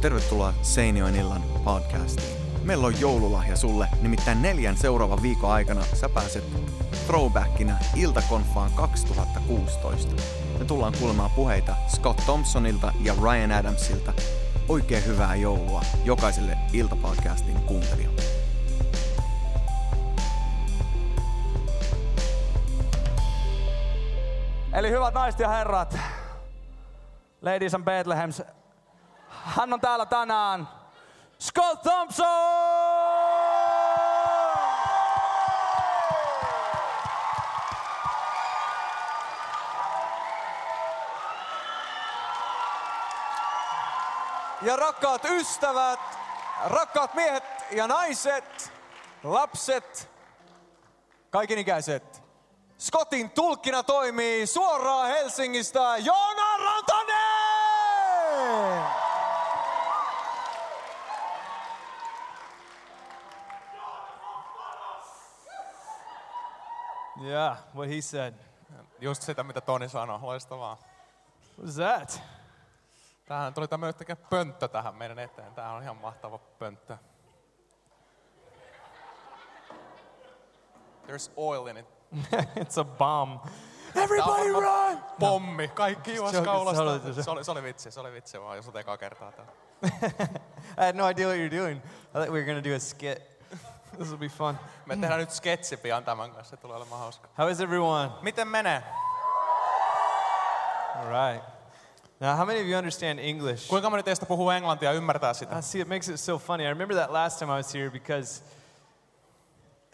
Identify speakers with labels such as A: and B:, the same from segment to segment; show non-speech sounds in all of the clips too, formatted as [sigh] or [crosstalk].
A: Tervetuloa Seinäjoen illan podcastiin. Meillä on joululahja sulle, nimittäin neljän seuraavan viikon aikana sä pääset throwbackinä iltakonfaan 2016. Me tullaan kuulemaan puheita Scott Thompsonilta ja Ryan Adamsilta. Oikein hyvää joulua jokaiselle iltapodcastin kuuntelijalle.
B: Eli hyvät naiset ja herrat, ladies and Bethlehems, hän on täällä tänään Scott Thompson!
C: Ja rakkaat ystävät, rakkaat miehet ja naiset, lapset, kaikenikäiset. Scottin tulkkina toimii suoraan Helsingistä Joona Rantanen!
D: Yeah, what he said.
C: Just sitä, mitä Toni sanoi. Loistavaa.
D: What was that? [laughs]
C: Tähän tuli tämmöinen pönttö tähän meidän eteen. Tää on ihan mahtava pönttö. There's oil in it.
D: it's a bomb.
C: Everybody
D: run!
C: Pommi. Kaikki juos
D: joking, se
C: kaulasta.
D: oli-
C: Se oli, se oli vitsi, se oli vitsi vaan, jos on ekaa kertaa tää.
D: I had no idea what you were doing. I thought we were gonna do a skit. [laughs] This will be fun.
C: Me tehdään nyt sketsi pian tämän kanssa, se tulee olemaan hauska.
D: How is everyone?
C: Miten menee?
D: All right. Now, how many of you understand English?
C: Kuinka moni teistä puhuu englantia ja ymmärtää sitä?
D: Uh, see, it makes it so funny. I remember that last time I was here because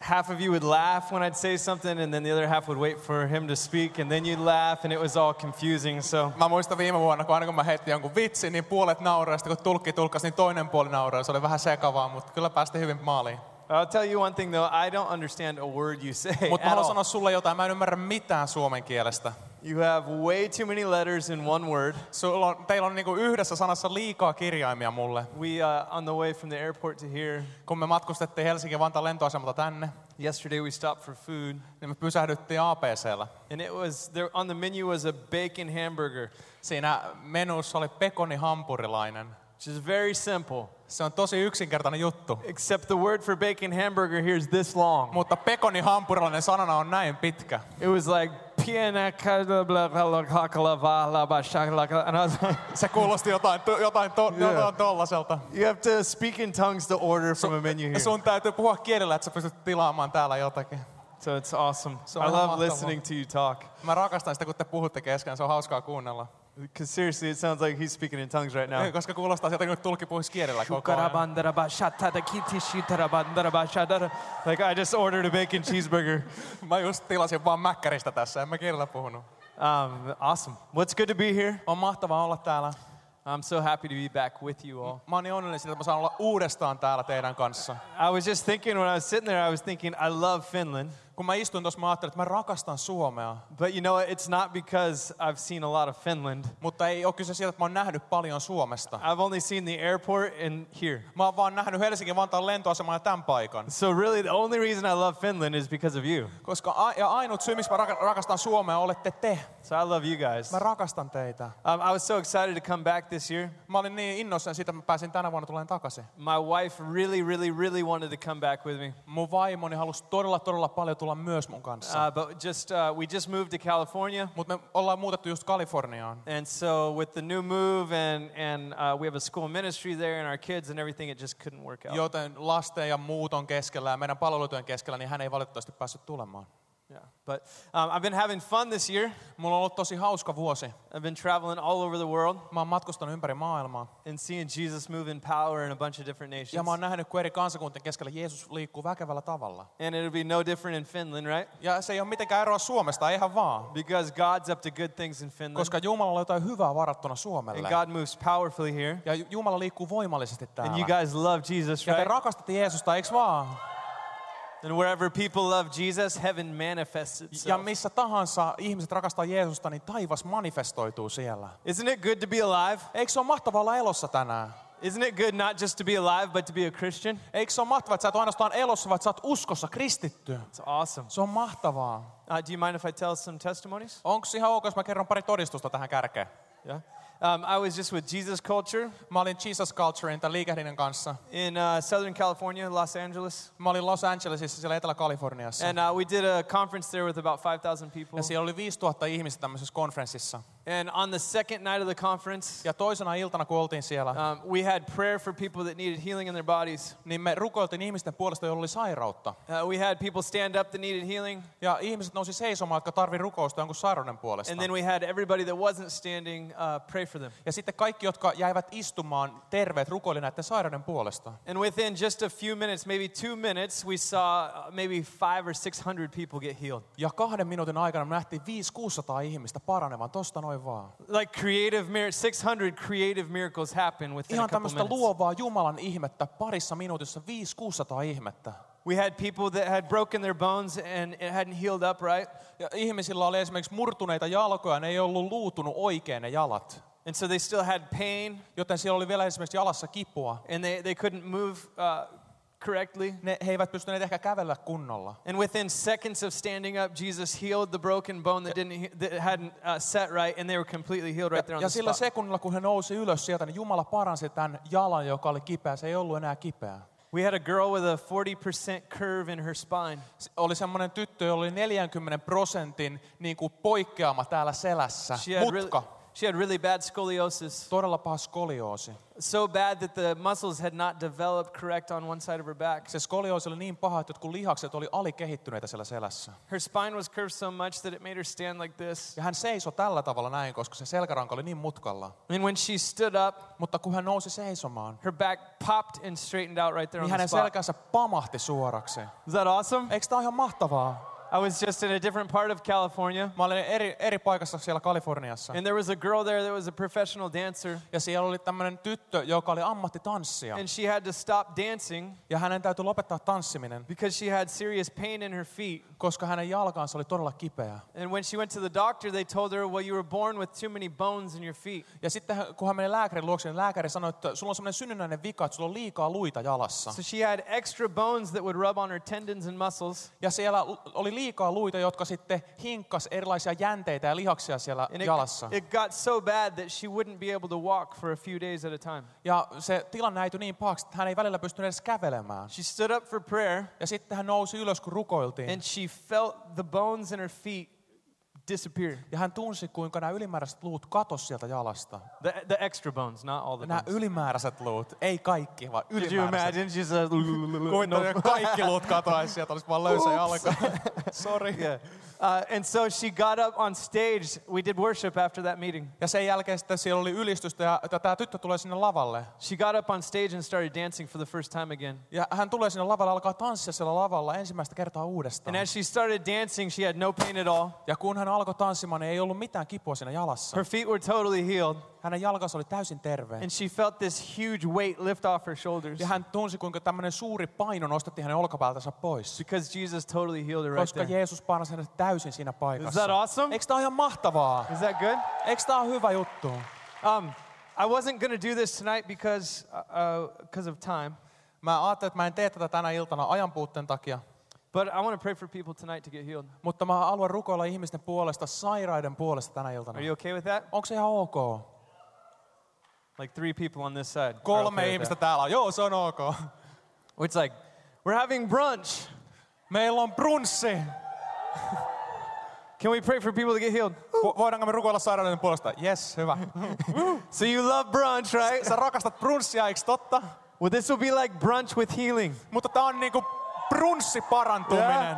D: half of you would laugh when I'd say something, and then the other half would wait for him to speak, and then you'd laugh, and it was all confusing. So
C: Mä muistan viime vuonna, kun aina kun mä heitin jonkun vitsin, niin puolet nauraa, ja sitten kun tulkki tulkkasi, niin toinen puoli nauraa. Se oli vähän sekavaa, mutta kyllä päästiin hyvin maaliin.
D: I'll tell you one thing, though. I don't understand a word you say
C: Mutta mä
D: at
C: haluan
D: all.
C: sanoa sulle jotain, mä en ymmärrä mitään suomen kielestä.
D: You have way too many letters in one word.
C: Sulla on, teillä on niinku yhdessä sanassa liikaa kirjaimia mulle.
D: We, uh, on the way from the airport to here,
C: Kun me matkustettiin Helsinki Vantaan lentoasemalta tänne,
D: yesterday we stopped for food,
C: niin me pysähdyttiin APCllä.
D: and it was there on the menu was a bacon hamburger,
C: Siinä menussa oli pekoni hampurilainen.
D: which is very simple.
C: Se on tosi yksinkertainen juttu.
D: Except the word for bacon hamburger here is this long.
C: Mutta pekoni hampurilainen sanana on näin pitkä.
D: It was like "Piena kada bla bla bla kakala va la ba shakala kala," and I was like, [laughs]
C: Se kuulosti jotain, to, jotain, to,
D: Joo.
C: jotain tollaselta.
D: you have to speak in tongues to order from a menu here.
C: Sun täytyy puhua kielellä, että sä pystyt tilaamaan täällä jotakin.
D: So it's awesome.
C: So
D: I
C: I'm
D: love
C: off the
D: listening
C: one.
D: to you talk
C: Mä rakastan sitä, kun te puhutte kesken. Se on hauskaa kuunnella.
D: because seriously, it sounds like he's speaking in tongues right [laughs] now.
C: Ei, Koska kuulostaa sieltä, kun tulkki puhuisi kielellä koko ajan.
D: Like I just ordered a bacon cheeseburger.
C: Mä just tilasin vaan mäkkäristä tässä, en mä kielellä puhunut.
D: [laughs] Um, awesome. What's good to be here.
C: On mahtavaa olla täällä.
D: I'm so happy to be back with you all.
C: Mä oon niin onnellinen siitä, että mä saan olla uudestaan täällä teidän kanssa.
D: I was just thinking when I was sitting there, I was thinking I love Finland,
C: Kun mä istuin tuossa, mä ajattelin, että mä rakastan Suomea.
D: but you know what? it's not because I've seen a lot of Finland.
C: Mutta ei ole kyse siitä, että mä oon nähnyt paljon Suomesta.
D: I've only seen the airport and here.
C: Mä oon vaan nähnyt Helsingin Vantaan lentoaseman ja tämän paikan.
D: So really, the only reason I love Finland is because of you.
C: Koska a- ja ainut syy, miksi mä raka- rakastan Suomea, olette te.
D: So I love you guys.
C: Mä
D: Um,
C: rakastan teitä.
D: I was so excited to come back this year.
C: Mä olin niin innoissani siitä, että mä pääsin tänä vuonna tuleen takaisin.
D: My wife really, really, really wanted to come back with me.
C: Mun vaimoni halusi todella, todella paljon tulla myös mun kanssa.
D: Uh, but just uh, we just moved to California,
C: Mutta me ollaan muutettu just Kaliforniaan.
D: and so with the new move and and uh, we have a school ministry there and our kids and everything, it just couldn't work out.
C: Joten lasten ja muuton keskellä ja meidän palvelutyön keskellä, niin hän ei valitettavasti päässyt tulemaan.
D: Yeah, but um, I've been having fun this year.
C: Mulla on ollut tosi hauska vuosi.
D: I've been traveling all over the world
C: Mä oon matkustanut ympäri maailmaa.
D: and seeing Jesus move in power in a bunch of different
C: Ja
D: nations.
C: mä oon nähnyt, kun eri kansakuntien keskellä Jeesus liikkuu väkevällä tavalla.
D: And it'll be no different in Finland, right?
C: Ja se ei ole mitenkään eroa Suomesta, ihan vaan.
D: Because God's up to good things in Finland,
C: Koska Jumala on jotain hyvää varattuna
D: and
C: Suomelle.
D: God moves powerfully here.
C: Ja Ju- Jumala liikkuu voimallisesti
D: And you
C: täällä.
D: guys love Jesus,
C: Ah. Ja te
D: right?
C: rakastatte Jeesusta, eikö vaan?
D: And wherever people love Jesus, heaven manifests
C: Ja
D: itself.
C: missä tahansa ihmiset rakastaa Jeesusta, niin taivas manifestoituu siellä.
D: Isn't it good to be alive?
C: Eikö se ole mahtavaa olla elossa tänään?
D: Isn't it good not just to be alive, but to be a Christian?
C: Eikö se ole mahtavaa, että sä et ole ainoastaan elossa, vaan sä oot uskossa kristitty?
D: It's awesome.
C: Se on mahtavaa.
D: Uh, do you mind if I tell some testimonies?
C: Onko ihan ok, jos mä kerron pari todistusta tähän kärkeen?
D: Yeah. Um, I was just with Jesus Culture
C: Mä olin Jesus Culturein tai liikehdinnän kanssa.
D: in uh, Southern California, Los Angeles.
C: Mä olin Los Angelesissa siellä Etelä-Kaliforniassa.
D: And uh, we did a conference there with about 5,000 people.
C: Ja siellä oli 5000 ihmistä tämmöisessä konferenssissa.
D: And on the second night of the conference,
C: Ja toisena iltana, kun oltiin siellä,
D: um, we had prayer for people that needed healing in their bodies.
C: niin me rukoiltiin ihmisten puolesta, joilla oli sairautta.
D: Uh, we had people stand up that needed healing.
C: Ja ihmiset nousi seisomaan, jotka tarvii rukousta jonkun sairauden puolesta.
D: And then we had everybody that wasn't standing uh, pray for them.
C: Ja sitten kaikki, jotka jäivät istumaan terveet, rukoili näiden sairauden puolesta.
D: And within just a few minutes, maybe two minutes, we saw uh, maybe five or 600 people get healed.
C: Ja kahden minuutin aikana me nähtiin 500-600 ihmistä paranevan tosta noin vaan.
D: Like creative miracles, 600 creative miracles happen within a
C: Ihan
D: couple
C: tämmöistä
D: minutes.
C: luovaa Jumalan ihmettä parissa minuutissa, 500-600 ihmettä.
D: We had people that had broken their bones and it hadn't healed up right.
C: Ja ihmisillä oli esimerkiksi murtuneita jalkoja, ne ei ollut luutunut oikein ne jalat.
D: And so they still had pain
C: Joten siellä oli vielä esimerkiksi jalassa kipua.
D: and they, they couldn't move uh, correctly.
C: Ne, he eivät pystyneet ehkä kävellä kunnolla.
D: And within seconds of standing up, Jesus healed the broken bone that, didn't, he- that hadn't uh, set right and they were completely healed right there on
C: Ja
D: the
C: sillä
D: spot.
C: sekunnilla, kun he nousi ylös sieltä, niin Jumala paransi tämän jalan, joka oli kipeä. Se ei ollut enää kipeä.
D: We had a girl with a 40% curve in her spine.
C: Se oli semmoinen tyttö, jolla oli 40 prosentin niin kuin poikkeama täällä selässä.
D: She had, really,
C: Ah, Mutka.
D: she had really bad scoliosis,
C: Todella paha skolioosi.
D: so bad that the muscles had not developed correct on one side of her back.
C: Se skolioosi oli niin paha, että jotkut lihakset oli alikehittyneitä siellä selässä.
D: Her spine was curved so much that it made her stand like this.
C: Ja hän seisoi tällä tavalla näin, koska se selkäranka oli niin mutkalla.
D: And when she stood up,
C: Mutta kun hän nousi seisomaan,
D: her back popped and straightened out right there on
C: niin
D: the
C: hänen
D: spot.
C: selkänsä pamahti suoraksi.
D: Is that awesome?
C: Eikö tämä ihan mahtavaa?
D: I was just in a different part of California,
C: Mä olin eri, eri paikassa siellä Kaliforniassa.
D: and there was a girl there that was a professional dancer,
C: Ja siellä oli tämmöinen tyttö, joka oli ammattitanssija.
D: and she had to stop dancing
C: Ja hänen täytyi lopettaa tanssiminen,
D: because she had serious pain in her feet.
C: koska hänen jalkansa oli todella kipeä.
D: And when she went to the doctor, they told her, Well, you were born with too many bones in your feet.
C: Ja sitten hän- kun hän meni lääkärin luokse, niin lääkäri sanoi, että sulla on semmoinen synnynnäinen vika, että sulla on liikaa luita jalassa.
D: So she had extra bones that would rub on her tendons and muscles,
C: Ja siellä l- oli liikaa luita, jotka sitten hinkkas erilaisia jänteitä ja lihaksia siellä
D: and it,
C: jalassa.
D: it got so bad that she wouldn't be able to walk for a few days at a time.
C: Ja se tilanne äityi niin pahaksi, että hän ei välillä pystynyt edes kävelemään.
D: She stood up for prayer,
C: Ja sitten hän nousi ylös, kun rukoiltiin.
D: and she felt the bones in her feet disappear.
C: Ja hän tunsi, kuinka nämä ylimääräiset luut katosi sieltä jalasta.
D: The, the extra bones, not all the
C: Ja Nämä
D: bones.
C: ylimääräiset luut, ei kaikki, vaan
D: Could you
C: ylimääräiset.
D: imagine? She's a
C: Kuvittelen,
D: no.
C: että [laughs]
D: [laughs]
C: kaikki luut katoaisi sieltä, olisi vaan löysä jalka. Sorry.
D: Yeah. [laughs] Uh, and so she got up on stage. We did worship after that meeting.
C: Ja sen jälkeen sitten siellä oli ylistystä ja tämä tyttö tulee sinne lavalle.
D: She got up on stage and started dancing for the first time again.
C: Ja hän tulee sinne lavalle, alkaa tanssia siellä lavalla ensimmäistä kertaa
D: And
C: uudestaan.
D: as she started dancing, she had no pain at all.
C: Ja kun hän alkoi tanssimaan, niin ei ollut mitään kipua siinä jalassa.
D: Her feet were totally healed.
C: Hänen jalkansa oli täysin terve.
D: And she felt this huge weight lift off her shoulders
C: Ja hän tunsi, kuinka tämmöinen suuri paino nostettiin hänen olkapäältänsä pois.
D: because Jesus totally healed her right
C: Koska
D: there.
C: Jeesus paransi hänet täysin siinä
D: Is that
C: paikassa.
D: awesome?
C: Eikö tämä ihan mahtavaa?
D: Is that good?
C: Eikö tämä ole hyvä juttu?
D: Um, I wasn't going to do this tonight because because of time,
C: Mä ajattelin, että mä en tee tätä tänä iltana ajanpuutteen takia.
D: but I want to pray for people tonight to get healed.
C: Mutta mä haluan rukoilla ihmisten puolesta, sairaiden puolesta tänä iltana.
D: Are you okay with that?
C: Onko se ihan ok?
D: Like three people on this side. are
C: Kolme
D: okay with
C: ihmistä
D: that.
C: täällä on. Joo, se on ok.
D: It's like we're having brunch.
C: Meillä on brunssi.
D: Can we pray for people to get healed?
C: Vo- voidaanko me rukoilla sairaiden puolesta? Yes, hyvä.
D: [laughs] So you love brunch, right?
C: Sä rakastat brunssia, eikö totta?
D: Well, this will be like brunch with healing.
C: Mutta tää on niinku brunssi parantuminen.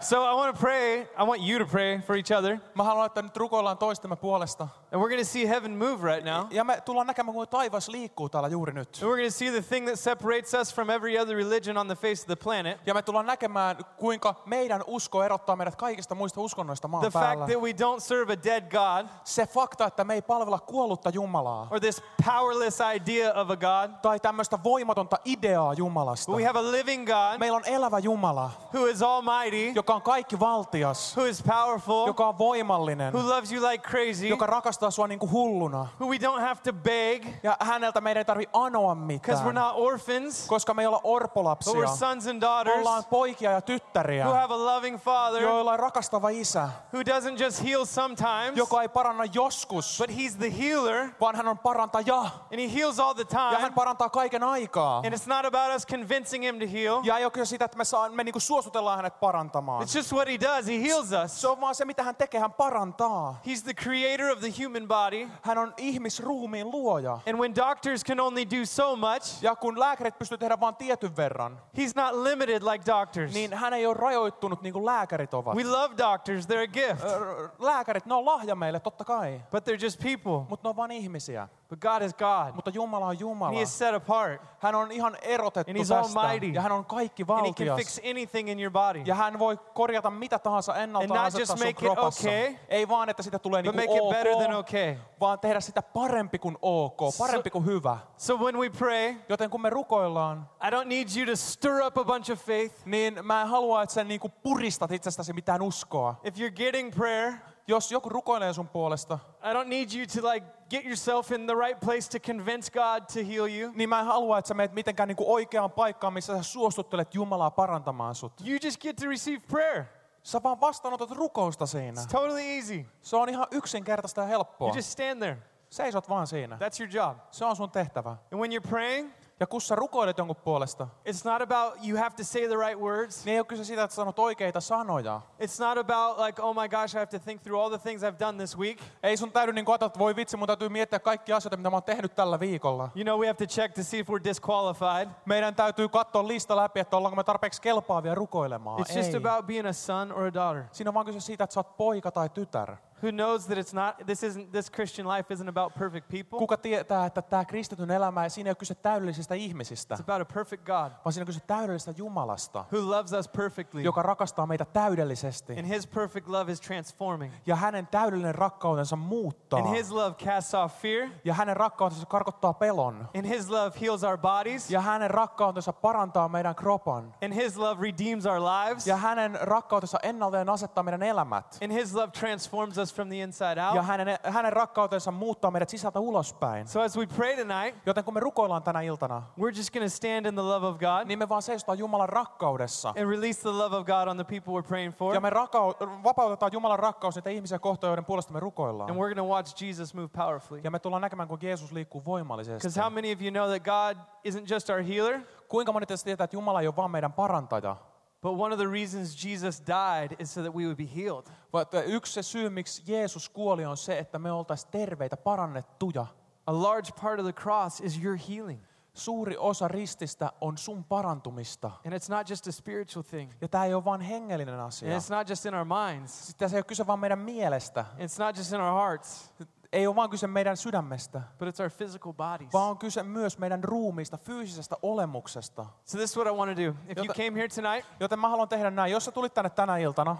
D: So I want to pray. I want you to pray for each other,
C: Mä haluan, että nyt rukoillaan toistemme puolesta.
D: and we're going to see heaven move right now.
C: Ja me tullaan näkemään, kuinka taivas liikkuu täällä juuri nyt.
D: And we're going to see the thing that separates us from every other religion on the face of the planet.
C: Ja me tullaan näkemään, kuinka meidän usko erottaa meidät kaikista muista uskonnoista maan
D: The
C: päällä.
D: fact that we don't serve a dead God
C: Se fakta, että me ei palvella kuollutta Jumalaa.
D: or this powerless idea of a God,
C: tai tämmöistä voimatonta ideaa Jumalasta.
D: but we have a living God
C: Meillä on elävä Jumala,
D: who is almighty,
C: joka on kaikki valtias,
D: who is powerful,
C: joka on voimallinen,
D: who loves you like crazy,
C: joka rakastaa sua niin kuin hulluna.
D: who we don't have to beg
C: Ja häneltä meidän ei tarvi anoa
D: because we're
C: mitään,
D: not orphans,
C: koska me ei olla
D: but we're
C: orpolapsia.
D: sons and daughters
C: Ollaan poikia ja tyttäriä,
D: who have a loving father
C: joilla on rakastava isä,
D: who doesn't just heal sometimes,
C: joka ei paranna joskus,
D: but he's the healer
C: vaan hän on parantaja.
D: and he heals all the
C: Ja
D: time.
C: hän parantaa kaiken aikaa.
D: And it's not about us convincing him to heal.
C: Ja ei ole kyse siitä, että me, saan, me niinku suostutellaan hänet parantamaan.
D: It's just what he does. He heals us.
C: Se on vaan se, mitä hän tekee, hän parantaa.
D: He's the creator of the human body.
C: Hän on ihmisruumiin luoja.
D: And when doctors can only do so much,
C: Ja kun lääkärit pystyy tehdä vain tietyn verran,
D: he's not limited like doctors.
C: niin hän ei ole rajoittunut niin kuin lääkärit ovat.
D: We love doctors, they're a gift,
C: Ö, Lääkärit, ne on lahja meille, totta kai.
D: but they're just people.
C: Mutta ne on vain ihmisiä.
D: But God is God.
C: Mutta Jumala on Jumala.
D: And he is set apart.
C: Hän on ihan erotettu
D: Niin And he's
C: tästä.
D: almighty.
C: Ja hän on kaikki
D: And he can fix
C: valtias.
D: anything in your body.
C: Ja hän voi korjata mitä tahansa ennalta
D: And not
C: asettaa
D: just
C: sun
D: make it
C: kropassa.
D: okay,
C: Ei vaan, että sitä tulee
D: But
C: niinku
D: make it
C: ok,
D: better than okay.
C: vaan tehdä sitä parempi kuin ok, parempi kuin hyvä.
D: So when we pray,
C: Joten kun me rukoillaan,
D: I don't need you to stir up a bunch of faith.
C: niin mä en halua, että sä niinku puristat itsestäsi mitään uskoa.
D: If you're getting prayer,
C: Jos joku rukoilee sun puolesta,
D: I don't need you to like get yourself in the right place to convince God to heal you.
C: niin mä en halua, että sä menet mitenkään niinku oikeaan paikkaan, missä sä suostuttelet Jumalaa parantamaan sut.
D: You just get to receive prayer.
C: Sä vaan vastaanotat rukousta siinä.
D: It's totally easy.
C: Se on ihan yksinkertaista ja helppoa.
D: You just stand there.
C: Seisot vaan siinä.
D: That's your job.
C: Se on sun tehtävä.
D: And when you're praying,
C: Ja kun sä rukoilet jonkun puolesta,
D: it's not about you have to say the right words.
C: niin ei ole kyse siitä, että sanot oikeita sanoja.
D: It's not about like, oh my gosh, I have to think through all the things I've done this week.
C: Ei sun täydy niin ajatella, että voi vitsi, mun täytyy miettiä kaikki asioita, mitä mä oon tehnyt tällä viikolla.
D: You know, we have to check to see if we're disqualified.
C: Meidän täytyy katsoa lista läpi, että ollaanko me tarpeeksi kelpaavia rukoilemaan.
D: It's just
C: Ei.
D: about being a son or a daughter
C: Siinä on vaan kyse siitä, että sä oot poika tai tytär.
D: who knows that it's not this isn't this Christian life isn't about perfect people.
C: Kuka tietää, että tämä kristityn elämä, ei- siinä ei ole kyse täydellisistä ihmisistä,
D: It's about a perfect God
C: vaan siinä on kyse täydellisestä Jumalasta,
D: who loves us perfectly.
C: joka rakastaa meitä täydellisesti.
D: And his perfect love is transforming.
C: Ja hänen täydellinen rakkautensa muuttaa.
D: And his love casts off fear.
C: Ja hänen rakkautensa karkottaa pelon.
D: And his love heals our bodies.
C: Ja hänen rakkautensa parantaa meidän kropan.
D: And his love redeems our lives.
C: Ja hänen rakkautensa ennalleen asettaa meidän elämät.
D: And his love transforms us from the inside
C: Ja
D: out.
C: hänen, hänen rakkautensa muuttaa meidät sisältä ulospäin.
D: So as we pray tonight,
C: Joten kun me rukoillaan tänä iltana,
D: we're just going to stand in the love of God
C: niin me vaan seisotaan Jumalan rakkaudessa.
D: and release the love of God on the people we're praying
C: Ja
D: for.
C: me rakau- vapautetaan Jumalan rakkaus niitä ihmisiä kohtaan, joiden puolesta me rukoillaan.
D: And we're going to watch Jesus move powerfully.
C: Ja me tullaan näkemään, kun Jeesus liikkuu voimallisesti.
D: Because how many of you know that God isn't just our healer,
C: Kuinka moni teistä tietää, että Jumala ei ole vaan meidän parantaja?
D: but one of the reasons Jesus died is so that we would be healed.
C: Vaan että yksi se syy, miksi Jeesus kuoli, on se, että me oltaisiin terveitä, parannettuja.
D: A large part of the cross is your healing.
C: Suuri osa rististä on sun parantumista.
D: And it's not just a spiritual thing.
C: Ja tämä ei ole vain hengellinen asia.
D: And it's not just in our minds.
C: Sitä se ei ole kyse vaan meidän mielestä.
D: It's not just in our hearts,
C: Ei ole vaan kyse meidän sydämestä,
D: but it's our physical bodies.
C: vaan on kyse myös meidän ruumiista, fyysisestä olemuksesta.
D: So this is what I want to do. If you
C: Jota-
D: came here tonight
C: Joten mä haluan tehdä näin. Jos sä tulit tänne tänä iltana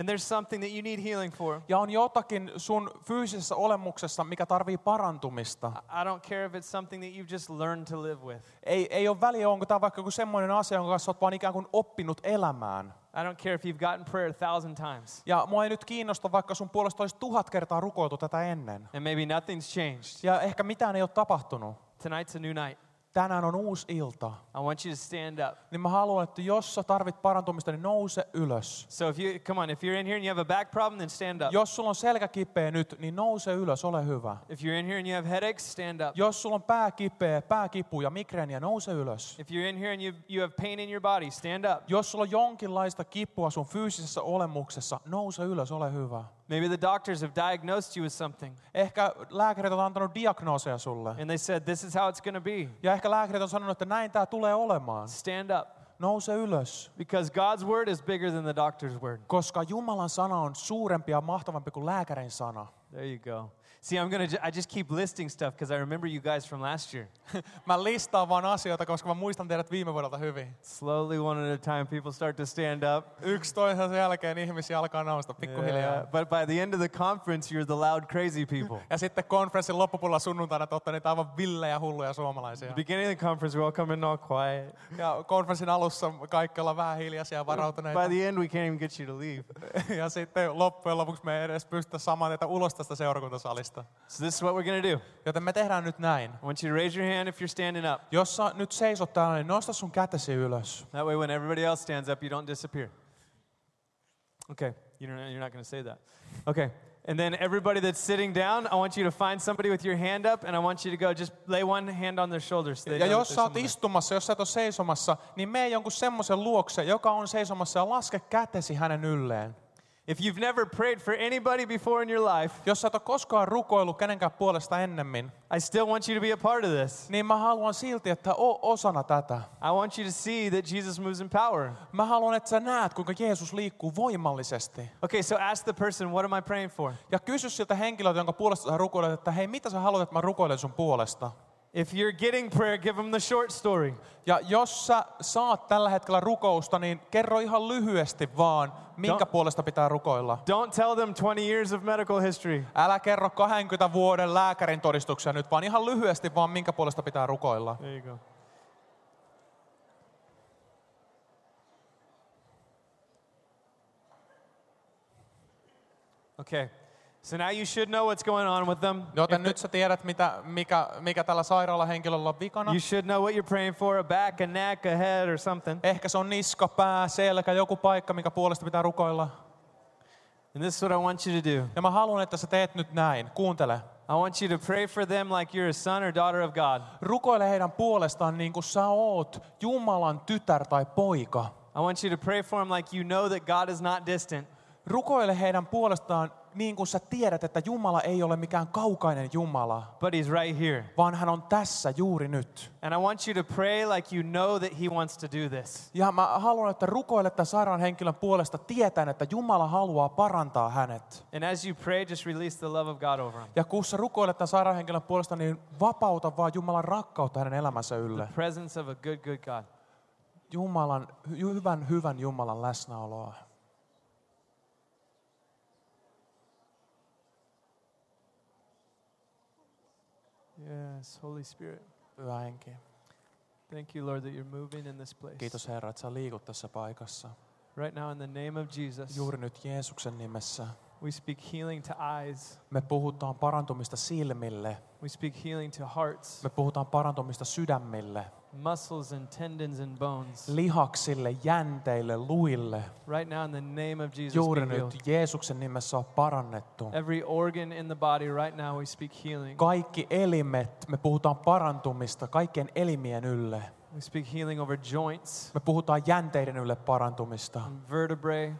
D: and there's something that you need healing for,
C: ja on jotakin sun fyysisessä olemuksessa, mikä tarvii parantumista,
D: I don't care if it's something that you've just learned to live with.
C: ei, ei ole väliä, onko tämä vaikka joku semmoinen asia, jonka kanssa olet vaan ikään kuin oppinut elämään.
D: I don't care if you've gotten prayer a thousand times
C: Ja mua ei nyt kiinnosta, vaikka sun puolesta olisi tuhat kertaa rukoiltu tätä ennen.
D: and maybe nothing's changed.
C: Ja ehkä mitään ei ole tapahtunut.
D: Tonight's a new night.
C: Tänään on uusi ilta.
D: I want you to stand up.
C: Niin mä haluan, että jos sä tarvit parantumista, niin nouse ylös.
D: So if you come on, if you're in here and you have a back problem, then stand up.
C: Jos sulla on selkä kipeä nyt, niin nouse ylös, ole hyvä.
D: If you're in here and you have headaches, stand up.
C: Jos sulla on pää kipeä, pääkipu ja migreeniä, nouse ylös.
D: If you're in here and you you have pain in your body, stand up.
C: Jos sulla on jonkinlaista kipua sun fyysisessä olemuksessa, nouse ylös, ole hyvä.
D: Maybe the doctors have diagnosed you with something
C: Ehkä lääkärit on antanut diagnooseja sulle.
D: and they said this is how it's going to be.
C: Ja ehkä lääkärit on sanonut, että näin tämä tulee olemaan.
D: Stand up
C: Nouse ylös.
D: because God's word is bigger than the doctor's word.
C: Koska Jumalan sana on suurempi ja mahtavampi kuin lääkärin sana.
D: There you go. See, I'm gonna. Ju- I just keep listing stuff because I remember you guys from last year. [laughs]
C: Mä listaan vaan asioita, koska mä muistan teidät viime vuodelta hyvin.
D: Slowly, one at a time, people start to stand up.
C: Yksi toisensa jälkeen ihmisiä alkaa nousta pikkuhiljaa.
D: Yeah, but by the end of the conference, you're the loud, crazy people.
C: Ja sitten konferenssin loppupuolella sunnuntaina te olette niitä aivan villejä, hulluja suomalaisia.
D: Beginning of the conference, we're all coming all quiet.
C: Ja konferenssin alussa kaikki ollaan vähän hiljaisia ja varautuneita.
D: By the end, we can't even get you to leave.
C: Ja sitten loppujen lopuksi me ei edes pystytä saamaan teitä ulos tästä seurakuntasalista.
D: So this is what we're gonna do.
C: Joten me tehdään nyt näin.
D: I want you to raise your hand if you're standing up.
C: Jos sä nyt seisot täällä, niin nosta sun kätesi ylös.
D: That way, when everybody else stands up, you don't disappear. Okay, you don't, you're not going to say that. Okay, and then everybody that's sitting down, I want you to find somebody with your hand up, and I want you to go just lay one hand on their shoulder. So they
C: Ja
D: know that there's
C: jos sä oot
D: someone there.
C: istumassa, jos sä et ole seisomassa, niin mene jonkun semmoisen luokse, joka on seisomassa ja laske kätesi hänen ylleen.
D: if you've never prayed for anybody before in your life,
C: Jos sä et ole koskaan rukoillut kenenkään puolesta ennemmin,
D: I still want you to be a part of this.
C: niin mä haluan silti, että oo osana tätä.
D: I want you to see that Jesus moves in power.
C: Mä haluan, että sä näet, kuinka Jeesus liikkuu voimallisesti.
D: Okay, so ask the person, what am I praying for?
C: Ja kysy siltä henkilöltä, jonka puolesta sä rukoilet, että hei, mitä sä haluat, että mä rukoilen sun puolesta?
D: If you're getting prayer, give them the short story.
C: Ja jos sä saat tällä hetkellä rukousta, niin kerro ihan lyhyesti vaan, minkä
D: Don't-
C: puolesta pitää rukoilla.
D: Don't tell them 20 years of medical history.
C: Älä kerro 20 vuoden lääkärin todistuksia nyt, vaan ihan lyhyesti vaan, minkä puolesta pitää rukoilla.
D: There you go. Okay. So now you should know what's going on with them.
C: Joten nyt sä tiedät, mitä, mikä, mikä tällä sairaalahenkilöllä on vikana.
D: You should know what you're praying for a back, a neck, a head, or something.
C: Ehkä se on niska, pää, selkä, joku paikka, minkä puolesta pitää rukoilla.
D: And this is what I want you to do
C: Ja mä haluan, että sä teet nyt näin. Kuuntele.
D: I want you to pray for them like you're a son or daughter of God.
C: Rukoile heidän puolestaan niin kuin sä oot Jumalan tytär tai poika.
D: I want you to pray for them like you know that God is not distant.
C: Rukoile heidän puolestaan niin kuin sä tiedät, että Jumala ei ole mikään kaukainen Jumala,
D: But he's right here.
C: vaan hän on tässä juuri nyt.
D: And I want you to pray like you know that he wants to do this.
C: Ja mä haluan, että rukoilet tämän sairaan henkilön puolesta tietäen, että Jumala haluaa parantaa hänet.
D: And as you pray, just release the love of God over him.
C: Ja kun sä rukoilet tämän sairaan henkilön puolesta, niin vapauta vaan Jumalan rakkautta hänen elämänsä ylle.
D: presence of a good, good God.
C: Jumalan, hy- hyvän, hyvän Jumalan läsnäoloa.
D: Yes, Holy Spirit.
C: Hyvä henki.
D: Thank you, Lord, that you're moving in this place.
C: Kiitos Herra, että sä liikut tässä paikassa.
D: Right now, in the name of Jesus,
C: Juuri nyt Jeesuksen nimessä.
D: we speak healing to eyes,
C: Me puhutaan parantumista silmille.
D: we speak healing to hearts,
C: Me puhutaan parantumista sydämille,
D: muscles, and tendons and bones.
C: lihaksille, jänteille, luille.
D: Right now, in the name of Jesus, be
C: Juuri
D: healed.
C: nyt Jeesuksen nimessä on parannettu.
D: every organ in the body, right now, we speak healing.
C: Kaikki elimet, me puhutaan parantumista kaikkien elimien ylle.
D: We speak healing over joints,
C: Me puhutaan jänteiden ylle parantumista.
D: Mm. vertebrae,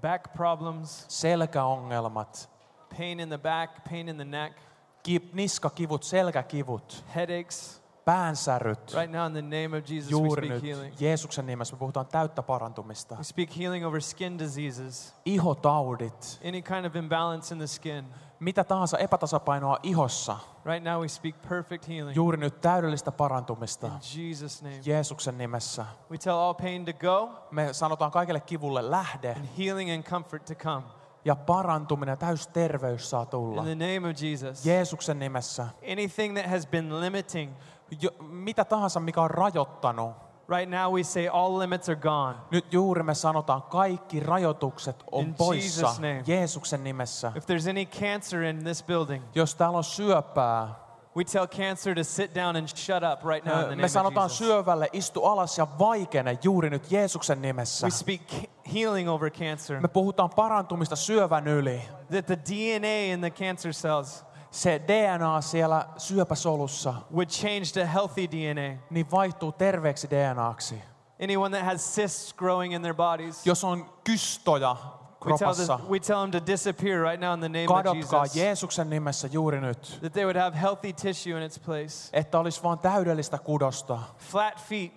D: back problems,
C: Selkäongelmat,
D: pain in the back, pain in the neck,
C: kip, niskakivut, selkäkivut,
D: headaches.
C: päänsäryt.
D: Right now, in the name of Jesus, we
C: Juuri
D: speak
C: nyt
D: healing.
C: Jeesuksen nimessä me puhutaan täyttä parantumista.
D: We speak healing over skin diseases,
C: Ihotaudit,
D: any kind of imbalance in the skin.
C: mitä tahansa epätasapainoa ihossa.
D: Right now, we speak perfect healing.
C: Juuri nyt täydellistä parantumista.
D: In Jesus' name.
C: Jeesuksen nimessä.
D: We tell all pain to go
C: Me sanotaan kaikelle kivulle lähde
D: and healing and comfort to come.
C: ja parantuminen ja täysterveys saa tulla.
D: In the name of Jesus.
C: Jeesuksen nimessä.
D: Anything that has been limiting,
C: Jo, mitä tahansa, mikä on rajoittanut.
D: right now we say all limits are gone.
C: Nyt juuri me sanotaan, kaikki rajoitukset on
D: In
C: poissa
D: Jesus' name.
C: Jeesuksen nimessä.
D: If there's any cancer in this building,
C: Jos täällä on syöpää,
D: we tell cancer to sit down and shut up right now in the
C: Uh, me
D: name
C: sanotaan
D: of Jesus.
C: syövälle, istu alas ja vaikene juuri nyt Jeesuksen nimessä.
D: We speak healing over cancer.
C: Me puhutaan parantumista syövän yli.
D: That the DNA in the cancer cells
C: Se DNA siellä syöpäsolussa
D: would change to healthy DNA.
C: niin vaihtuu terveeksi DNAksi.
D: Anyone that has cysts growing in their bodies,
C: Jos on kystoja
D: we tell, this,
C: kropassa,
D: we tell them to disappear right now in the name of
C: kadotkaa
D: Jesus.
C: Jeesuksen nimessä juuri nyt.
D: That they would have healthy tissue in its place.
C: Että olisi vain täydellistä kudosta.
D: Flat feet,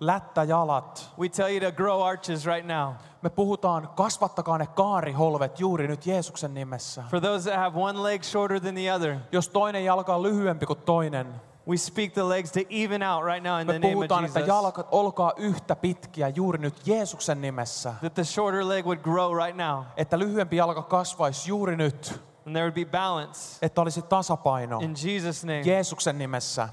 C: lättäjalat.
D: We tell you to grow arches right now.
C: Me puhutaan, kasvattakaa ne kaariholvet juuri nyt Jeesuksen nimessä.
D: For those that have one leg shorter than the other,
C: Jos toinen jalka on lyhyempi kuin toinen,
D: we speak the legs to even out right now in
C: me
D: the name of
C: puhutaan, että
D: Jesus.
C: jalkat olkaa yhtä pitkiä juuri nyt Jeesuksen nimessä.
D: That the shorter leg would grow right now
C: Että lyhyempi jalka kasvaisi juuri nyt.
D: and there would be balance.
C: Että olisi tasapaino
D: In Jesus' name.
C: Niin. Jeesuksen nimessä.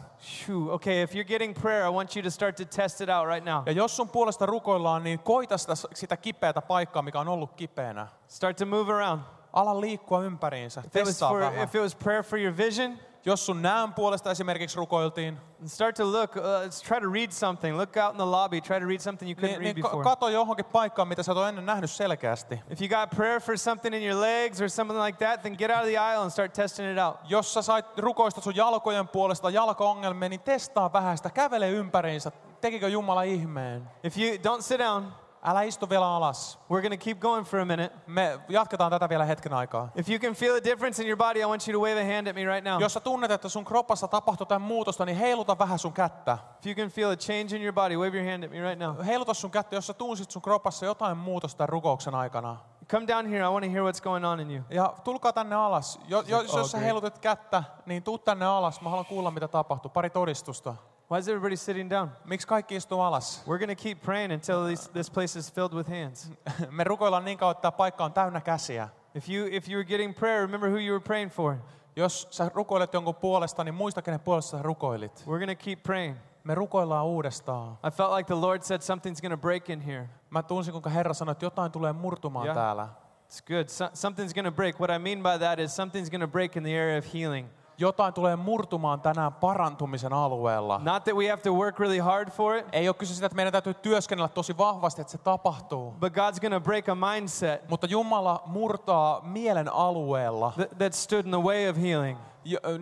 D: Phew. Okay, if you're getting prayer, I want you to start to test it out right now.
C: Ja jos sun puolesta rukoillaan, niin koita sitä, sitä kipeätä paikkaa, mikä on ollut kipeänä.
D: Start to move around.
C: Ala liikkua ympäriinsä,
D: If it was,
C: testaa
D: for,
C: vähän.
D: if it was prayer for your vision,
C: Jos sun näön puolesta esimerkiksi rukoiltiin,
D: start to look. Uh, let's try to read something. Look out in the lobby. Try to read something you couldn't
C: niin,
D: read
C: niin ka-
D: before.
C: kato johonkin paikkaan, mitä sä et ole ennen nähnyt selkeästi.
D: If you got prayer for something in your legs or something like that, then get out of the aisle and start testing it out.
C: Jos sä sait rukoista sun jalkojen puolesta jalkaongelmia, niin testaa vähän sitä, kävele ympäriinsä. Tekikö Jumala ihmeen?
D: If you don't sit down,
C: Älä istu vielä alas.
D: we're going to keep going for a minute.
C: Me jatketaan tätä vielä hetken aikaa.
D: If you can feel a difference in your body, I want you to wave a hand at me right now.
C: Jos sä tunnet, että sun kroppassa tapahtuu jotain muutosta, niin heiluta vähän sun kättä.
D: If you can feel a change in your body, wave your hand at me right now.
C: Heiluta sun kättä, jos sä tunsit sun kroppassa jotain muutosta tämän rukouksen aikana.
D: Come down here. I want to hear what's going on in you.
C: Ja tulkaa tänne alas. Jo, jo, jos sä heilutat kättä, niin tuu tänne alas. Mä haluan kuulla, mitä tapahtuu. Pari todistusta.
D: Why is everybody sitting down?
C: Miksi kaikki istuu alas? [laughs]
D: We're going to keep praying until these, this place is filled with hands.
C: Me rukoillaan niin kauan, että tämä paikka on täynnä käsiä.
D: If you if you were getting prayer, remember who you were praying for.
C: Jos sä rukoilet jonkun puolesta, niin muista, kenen puolesta sä rukoilit.
D: We're going to keep praying.
C: Me rukoillaan uudestaan.
D: I felt like the Lord said something's going to break in here.
C: Mä tunsin, kuinka Herra sanoi, että jotain tulee murtumaan
D: Joo.
C: täällä.
D: It's good. So, something's going to break. What I mean by that is something's going to break in the area of healing.
C: Jotain tulee murtumaan tänään parantumisen alueella.
D: Not that we have to work really hard for it,
C: Ei ole kyse sitä, että meidän täytyy työskennellä tosi vahvasti, että se tapahtuu.
D: but God's going to break a mindset
C: Mutta Jumala murtaa mielen alueella
D: that, that stood in the way of healing.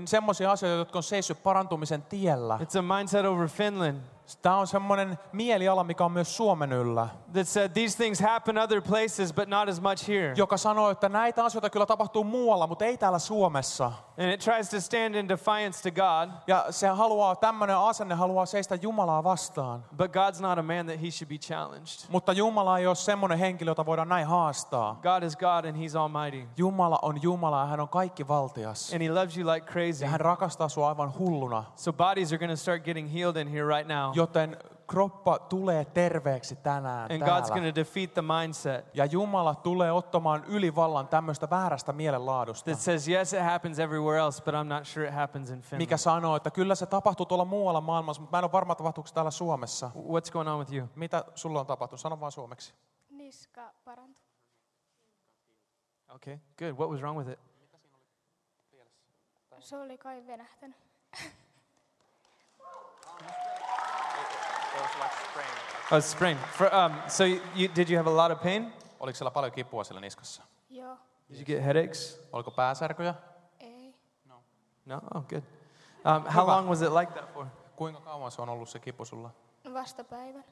C: semmoisia asioita, jotka on seissyt parantumisen tiellä.
D: It's a mindset over Finland
C: Tämä on semmoinen mieliala, mikä on myös Suomen yllä,
D: that said these things happen other places, but not as much here.
C: joka sanoo, että näitä asioita kyllä tapahtuu muualla, mutta ei täällä Suomessa.
D: And it tries to stand in defiance to God,
C: Ja se haluaa, tämmöinen asenne haluaa seistä Jumalaa vastaan.
D: but God's not a man that he should be challenged.
C: Mutta Jumala ei ole semmoinen henkilö, jota voidaan näin haastaa.
D: God is God and he's almighty.
C: Jumala on Jumala ja hän on kaikki valtias.
D: And he loves you like crazy.
C: Ja hän rakastaa sua aivan hulluna.
D: So bodies are going to start getting healed in here right now.
C: Joten kroppa tulee terveeksi tänään
D: And God's going
C: täällä.
D: to defeat the mindset
C: Ja Jumala tulee ottamaan ylivallan tämmöistä väärästä mielenlaadusta,
D: that says, yes, it happens everywhere else, but I'm not sure it happens in Finland.
C: mikä sanoo, että kyllä se tapahtuu tuolla muualla maailmassa, mutta mä en ole varma, tapahtuuko se täällä Suomessa.
D: What's going on with you?
C: Mitä sulla on tapahtunut? Sano vaan suomeksi.
E: Niska parantui.
D: Okay, good. What was wrong with it?
E: Se oli kai venähtänyt.
D: Oh, spring. For, um, so you, you, did you have a lot of pain?
C: Oliko siellä paljon kipua siellä niskassa?
E: Joo,
D: Did you get headaches?
C: Oliko pääsärkyjä?
E: ei.
D: No? Oh, good. Um, how long was it like that for?
C: Kuinka kauan se on ollut se kipu sulla?
E: Vasta päivän.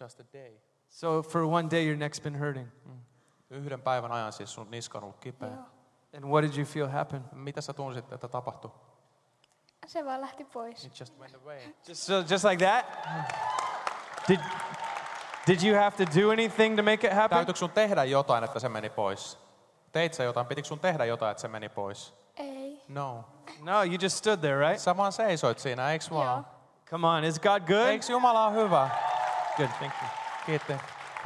C: Just a day.
D: So for one day, your neck's been hurting.
C: Yhden päivän ajan siis sun niska on ollut kipeä.
E: Joo.
D: And what did you feel happen?
C: Mitä sä tunsit, että tapahtui?
E: Se vaan lähti pois.
C: It just went away.
D: Just, so, just like that? [sighs] Did, did you have to do anything to make it happen?
C: Täytyykö sun tehdä jotain, että se meni pois? Teit sä jotain? Pitikö sun tehdä jotain, että se meni pois?
E: Ei.
C: No.
D: No, you just stood there, right?
C: Sä vaan seisoit siinä, eiks vaan?
E: Joo.
D: Come on, is God good?
C: Eiks Jumala on hyvä?
D: Good, thank you.
C: Kiitti.
D: Come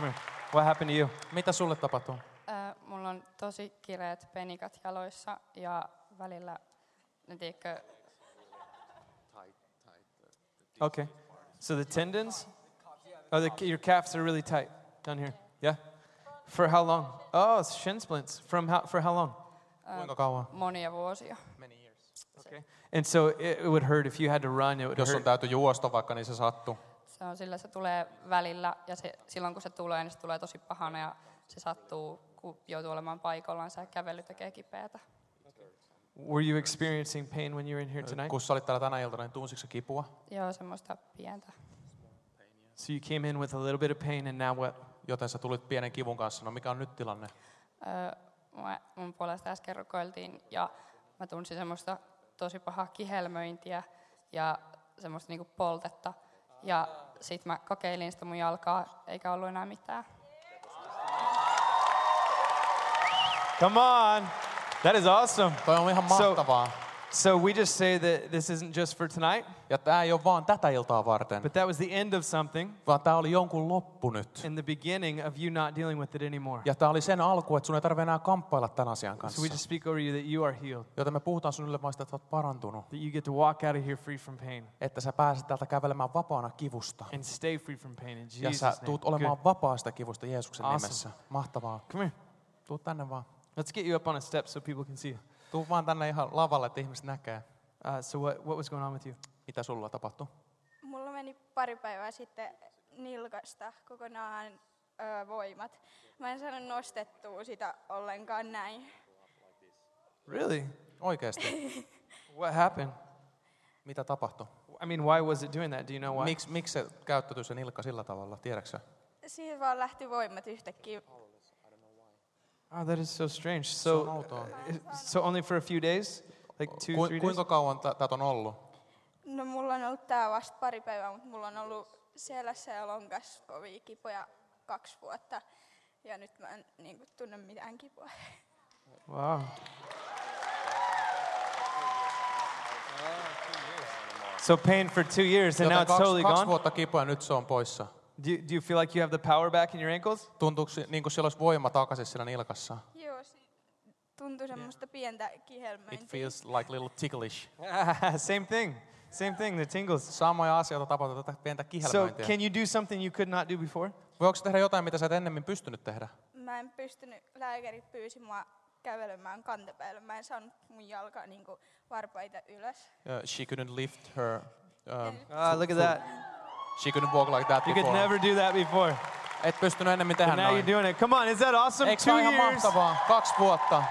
D: here. What happened to you?
C: Mitä sulle tapahtuu?
F: Ää, mulla on tosi kireet penikat jaloissa ja välillä, en tiedä,
D: Okay. So the tendons? Oh, the, your calves are really tight down here. Yeah. For how long? Oh, it's shin splints. From how, for how long?
C: Kuinka kauan?
F: monia vuosia.
D: Okay. And so it, it would hurt if you had to run. It would
C: Jos sun
D: hurt.
C: täytyy juosta vaikka, niin se sattuu.
F: Se on sillä, se tulee välillä ja se, silloin kun se tulee, niin se tulee tosi pahana ja se sattuu, kun joutuu olemaan paikoillaan, ja kävely tekee kipeätä.
D: Were you experiencing pain when you were in here tonight?
C: Kun sä olit täällä tänä iltana, niin tunsitko sä kipua?
F: Joo, semmoista pientä.
D: So you came in with a little bit of pain, and now what?
C: Joten sä tulit pienen kivun kanssa. No mikä on nyt tilanne?
F: Öö, mä- mun puolesta äsken rukoiltiin ja mä tunsin semmoista tosi pahaa kihelmöintiä ja semmoista niinku poltetta. Ja sit mä kokeilin sitä mun jalkaa, eikä ollut enää mitään.
D: Come on. That is awesome.
C: Toi on ihan
D: So-
C: mahtavaa.
D: So we just say that this isn't just for tonight,
C: Ja tämä ei ole vaan tätä iltaa varten,
D: but that was the end of something
C: vaan tämä oli jonkun loppu nyt.
D: and the beginning of you not dealing with it anymore.
C: Ja tämä oli sen alku, että sun ei tarvitse enää kamppailla tämän asian
D: So we just
C: kanssa.
D: speak over you that you are healed,
C: Joten me puhutaan sinulle vain sitä, että olet parantunut.
D: that you get to walk out of here free from pain
C: Että sä pääset täältä kävelemään vapaana kivusta.
D: and stay free from pain in
C: Ja
D: Jesus'
C: sä
D: name.
C: tuut
D: Good.
C: olemaan vapaasta kivusta Jeesuksen
D: Awesome.
C: nimessä. Mahtavaa.
D: Come here.
C: Tuu tänne vaan.
D: Let's get you up on a step so people can see you.
C: Tuu vaan tänne ihan lavalle, että ihmiset näkee,
D: Uh, so what, what was going on with you?
C: mitä sulla tapahtuu.
G: Mulla meni pari päivää sitten nilkasta kokonaan ö, voimat. Mä en saanut nostettua sitä ollenkaan näin.
D: Really?
C: Oikeesti.
D: What happened?
C: Mitä tapahtui?
D: I mean, why was it doing that? Do you know why?
C: Miks, miksi se käyttäytyy se nilkka sillä tavalla, tiedätkö sä?
G: Siitä vaan lähti voimat yhtäkkiä.
D: Oh, that is so strange.
C: Se on
D: So,
C: outoa.
D: uh, so only for a few days, like two,
C: Ku,
D: three days.
C: kuinka kauan tä- tätä on ollut?
G: No mulla on ollut tää vasta pari päivää, mutta mulla on ollut selässä ja lonkas kovia kipoja kaksi vuotta. Ja nyt mä en niin tunne mitään kipua.
D: Wow. So pain for two years, and now
C: Joten
D: it's
C: kaksi,
D: totally
C: kaksi
D: gone.
C: vuotta kipoa ja nyt se on poissa.
D: Do you, do you feel like you have the power back in your ankles?
C: Tuntuuko si- niin kuin siellä olisi voima takaisin siellä nilkassa?
G: Joo, se tuntuu semmoista pientä kihelmöintiä.
C: It feels like little ticklish.
D: [laughs] Same thing. Same thing. The tingles.
C: Samoja asioita tapahtuu tätä pientä
D: So
C: kihelmöintiä.
D: can you do something you could not do before?
C: Voiko sä tehdä jotain, mitä sä et ennemmin pystynyt tehdä?
G: Mä en pystynyt, lääkäri pyysi mua kävelemään kantapäällä. Mä en saanut mun jalkaa niin kuin, varpaita ylös.
C: Uh, she couldn't lift her... Um,
D: Ah, look at that.
C: she couldn't walk like that
D: You could
C: before.
D: never do that [laughs] before.
C: Et pystynyt ennemmin tehdä
D: But now you're
C: noin.
D: doing it. Come on, is that awesome?
C: Eikö
D: Two
C: tää ole ihan
D: years.
C: mahtavaa? Kaksi vuotta.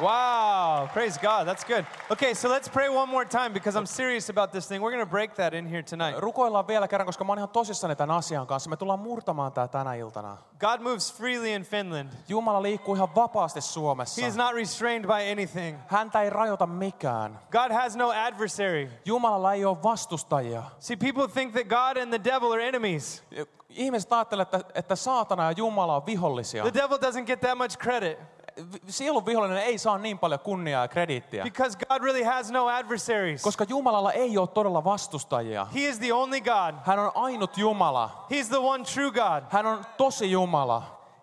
D: Wow, praise God, that's good. Okay, so let's pray one more time because I'm serious about this thing. We're going to break that in here tonight.
C: Rukoillaan vielä kerran, koska mä oon ihan tosissani tämän asian kanssa. Me tullaan murtamaan tää tänä iltana.
D: God moves freely in Finland,
C: Jumala liikkuu ihan vapaasti Suomessa.
D: He is not restrained by anything.
C: Häntä ei rajoita mikään.
D: God has no adversary.
C: Jumalalla ei ole vastustajia.
D: See, people think that God and the devil are enemies.
C: Ihmiset ajattelee, että, että saatana ja Jumala on vihollisia.
D: The devil doesn't get that much credit
C: Vi- Sielun vihollinen ei saa niin paljon kunniaa ja krediittiä.
D: because God really has no adversaries.
C: Koska Jumalalla ei ole todella vastustajia.
D: He is the only God.
C: Hän on ainut Jumala.
D: He's the one true God.
C: Hän on tosi Jumala.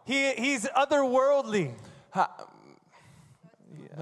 D: He, he's otherworldly.
C: Hä-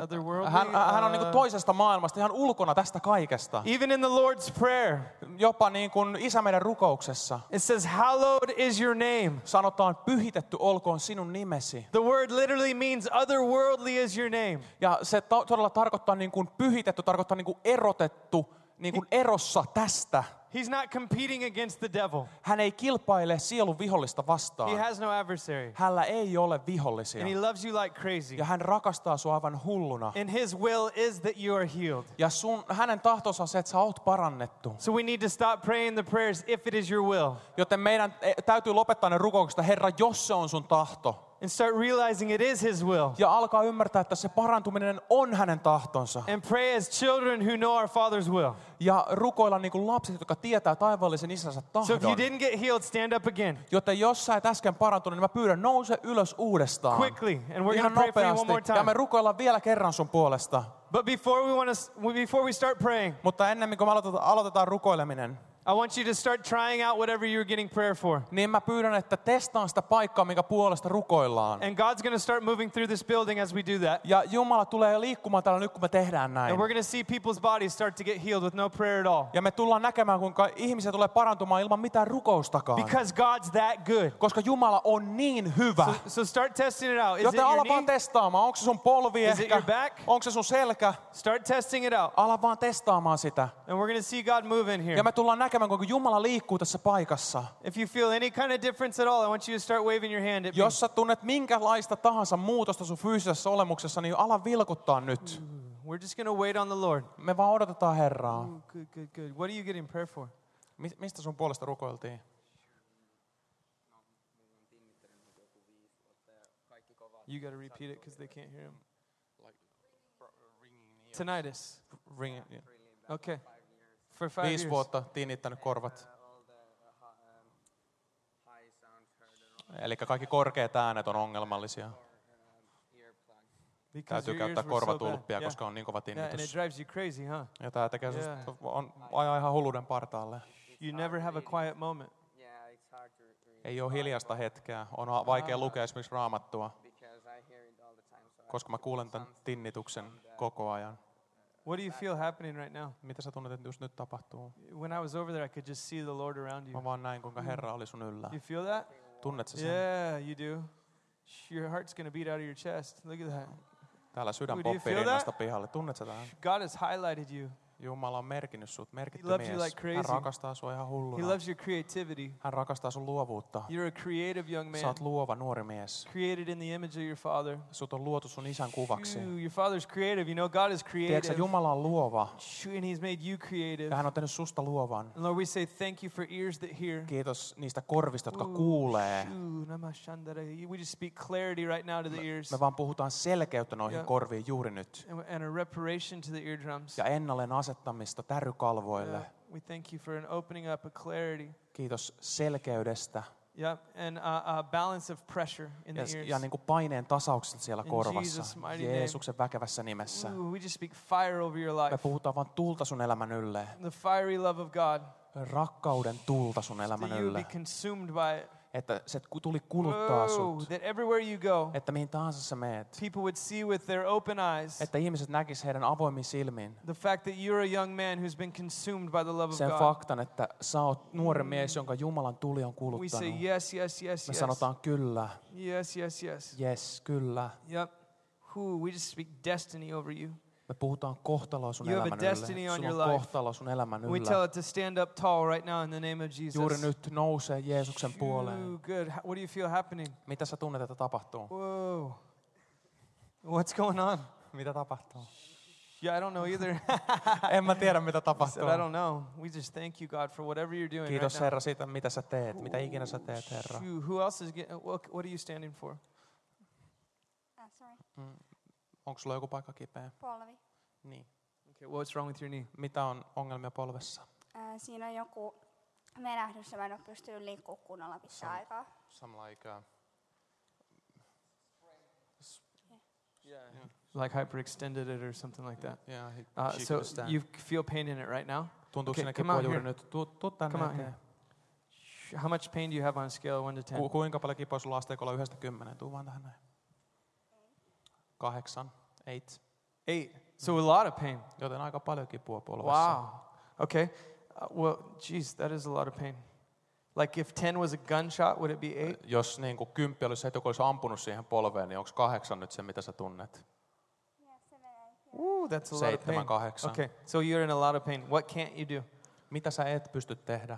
D: Otherworldly? uh,
C: Hän, hän on niin kuin toisesta maailmasta, ihan ulkona tästä kaikesta.
D: Even in the Lord's Prayer,
C: Jopa niin kuin isä meidän rukouksessa
D: it says, Hallowed is your name.
C: sanotaan, pyhitetty olkoon sinun nimesi.
D: The word literally means otherworldly is your name.
C: Ja se to- todella tarkoittaa niin kuin pyhitetty, tarkoittaa niin kuin erotettu, niin kuin erossa tästä.
D: He's not competing against the devil.
C: Hän ei kilpaile sielun vihollista
D: He
C: vastaan.
D: has no adversary.
C: Hänellä ei ole vihollisia.
D: And he loves you like crazy.
C: Ja hän rakastaa sua aivan hulluna.
D: And his will is that you are healed.
C: Ja sun, hänen tahtonsa on se, että sä oot parannettu.
D: So we need to stop praying the prayers if it is your will
C: Joten meidän eh, täytyy lopettaa ne rukoukset, Herra, jos se on sun tahto.
D: and start realizing it is his will.
C: ja alkaa ymmärtää, että se parantuminen on hänen tahtonsa.
D: And pray as children who know our Father's will.
C: Ja rukoilla niin kuin lapset, jotka tietää taivaallisen isänsä
D: So if you
C: tahdon.
D: didn't get healed, stand up again
C: Joten jos sä et äsken parantunut, niin mä pyydän, nouse ylös uudestaan.
D: quickly. And we're going
C: Ihan
D: to pray for you one
C: nopeasti.
D: more
C: Ja me
D: time.
C: rukoillaan vielä kerran sun puolesta.
D: But before we, want to, before we start praying,
C: Mutta ennen kuin me aloitetaan, aloitetaan rukoileminen,
D: I want you to start trying out whatever you're getting prayer for.
C: niin mä pyydän, että testaan sitä paikkaa, minkä puolesta rukoillaan.
D: And God's going to start moving through this building as we do that.
C: Ja Jumala tulee liikkumaan täällä nyt, kun me tehdään näin.
D: And we're going to see people's bodies start to get healed with no prayer at all.
C: Ja me tullaan näkemään, kuinka ihmisiä tulee parantumaan ilman mitään rukoustakaan.
D: Because God's that good.
C: Koska Jumala on niin hyvä.
D: So, so start testing it out. Is it
C: Joten
D: your
C: ala vaan
D: knee?
C: testaamaan, onko se sun polvi
D: Is it
C: ehkä,
D: your back?
C: onko se sun selkä.
D: Start testing it out.
C: Ala vaan testaamaan sitä.
D: And we're going to see God move in here.
C: Ja me tullaan näkemään, kuinka Jumala liikkuu tässä paikassa.
D: If you feel any kind of difference at all, I want you to start waving your hand at me.
C: Jos sä tunnet minkälaista tahansa muutosta sun fyysisessä olemuksessa, niin ala vilkuttaa nyt.
D: We're just going to wait on the Lord.
C: Me vaan odotetaan Herraa.
D: Ooh, Good, good, good. What are you getting prayer for?
C: Mis- mistä sun puolesta rukoiltiin?
D: You got to repeat it because they can't hear him. Tinnitus.
C: Ring,
D: Okay. For five
C: viisi
D: years.
C: vuotta tinnittänyt korvat.
H: all the um,
C: Eli kaikki korkeat äänet on ongelmallisia.
D: Because
C: Täytyy
D: your ears
C: käyttää
D: were so
C: korvatulppia,
D: bad. Yeah.
C: koska on niin kova
D: yeah, and it
C: tinnitus.
D: drives you crazy, huh?
C: Ja tää tekee susta,
D: Yeah.
C: on, ajaa ihan hulluuden partaalle.
D: You never have a quiet moment.
H: Yeah, it's hard to read
C: Ei ole hiljasta hetkeä. On a-
D: Ah.
C: vaikea lukea esimerkiksi raamattua,
H: because I hear it all the time. So
C: koska mä kuulen tämän tinnituksen koko ajan.
D: What do you feel happening right now?
C: Mitä sä tunnet, että just nyt tapahtuu?
D: When I was over there, I could just see the Lord around you.
C: Mä vaan näin, kuinka Herra oli sun yllä.
D: You feel that?
C: Tunnet sä sen?
D: Mm. Yeah, you do. Sh- Your heart's going to beat out of your chest. Look at that.
C: Täällä sydän
D: Would you
C: poppii
D: feel that?
C: rinnasta pihalle. Tunnet sä tämän?
D: God has highlighted you.
C: Jumala on merkinnyt sut, merkitty
D: He loves you
C: mies.
D: like crazy.
C: Hän rakastaa sua ihan
D: He
C: hulluna.
D: loves your creativity.
C: Hän rakastaa sun luovuutta.
D: You're a creative young
C: Sä
D: man,
C: oot luova nuori mies.
D: created in the image of your father.
C: Sut on luotu sun isän kuvaksi.
D: Shoo, your father's creative. You know, God is
C: Tiedätkö,
D: creative.
C: Jumala on luova.
D: Shoo, and He's made you creative.
C: Ja hän on tehnyt susta luovan.
D: And Lord, we say thank you for ears that hear.
C: Kiitos niistä korvista, jotka
D: Ooh,
C: kuulee.
D: shoo, nama shandara. We just speak clarity right now to the ears
C: Me vaan puhutaan selkeyttä noihin
D: Joo.
C: korviin juuri nyt.
D: and and a reparation to the eardrums.
C: Ja ennalleen asettamista
D: Yeah,
C: tärykalvoille.
D: we thank you for an opening up, a clarity.
C: Kiitos selkeydestä
D: Yep, and uh, a balance of pressure in
C: ja,
D: the ears.
C: ja niin kuin paineen tasauksesta siellä
D: In Jesus'
C: korvassa.
D: mighty name.
C: Jeesuksen väkevässä nimessä.
D: Ooh, we just speak fire over your
C: Me
D: life.
C: puhutaan vaan tulta sun elämän ylle.
D: The fiery love of God.
C: Rakkauden tulta sun elämän
D: That you would be
C: ylle.
D: consumed by it.
C: Että se ku- tuli kuluttaa
D: Whoa,
C: sut.
D: that everywhere you go,
C: Että mihin tahansa sä meet.
D: people would see with their open eyes
C: Että ihmiset näkis heidän avoimin silmiin.
D: the fact that you're a young man who's been consumed by the love of
C: Sen
D: God. Mm.
C: faktan, että sä oot nuori mies, jonka Jumalan tuli on
D: We say
C: kuluttanut.
D: yes, yes, yes,
C: Me
D: yes.
C: sanotaan kyllä,
D: Yes, yes, yes.
C: yes, kyllä.
D: Yep. Who we just speak destiny over you.
C: Me puhutaan kohtaloa sun
D: You have a
C: elämän
D: destiny
C: yllä.
D: on
C: Sulla
D: your
C: on
D: life.
C: kohtalo sun elämän
D: And we tell
C: yllä.
D: it to stand up tall right now in the name of Jesus.
C: Juuri nyt nousee Jeesuksen puoleen.
D: Ooh, good. How- What do you feel happening?
C: Mitä sä tunnet, että tapahtuu?
D: Whoa. What's going on?
C: Mitä tapahtuu? [laughs]
D: Yeah, I don't know either. [laughs]
C: En mä tiedä, mitä tapahtuu.
D: Said, I don't know. We just thank you, God, for whatever you're doing.
C: Kiitos
D: right
C: Herra siitä, mitä sä teet. Mitä ikinä sä teet,
D: now.
C: Herra.
D: Shoo, who else is getting, what, what are you standing for?
G: Ah, sorry.
C: Onko Mm. sulla joku paikka kipeä?
G: Polvi.
C: Niin.
D: Okay, what's wrong with your knee?
C: Mitä on ongelmia polvessa?
G: Ää, Äh, siinä on joku menähdys ja mä en ole pystynyt liikkua kunnolla pitkään aikaa.
C: Some like, uh,
D: Like hyperextended it or something like that.
C: yeah, he,
D: Uh,
C: she
D: so
C: could stand.
D: you feel pain in it right now?
C: Tuntuu
D: Okay,
C: okay, sinä
D: come out
C: kipua juuri
D: here.
C: nyt. Tuu, tuu tänne
D: Come out
C: eteen.
D: here. Shoo, How much pain do you have on a scale of 1 to 10?
C: Ku, kuinka paljon kipua sulla asteikolla yhdestä kymmeneen? Tuu vaan tähän näin. Kahdeksan, eight.
D: 8.
C: mm-hmm.
D: So a lot of pain.
C: Joten aika paljon kipua polvessa.
D: Wow. Okay. Uh, well, geez, that is a lot of pain. Like if 10 was a gunshot, would it be 8?
C: Jos niin kuin kymppi olisi se, että joku olisi ampunut siihen polveen, niin onko kahdeksan nyt se, mitä sä tunnet? Uh,
D: Ooh, that's a lot of pain.
C: Seitsemän, kahdeksan.
D: Okay, so you're in a lot of pain. What can't you do?
C: Mitä sä et pysty tehdä?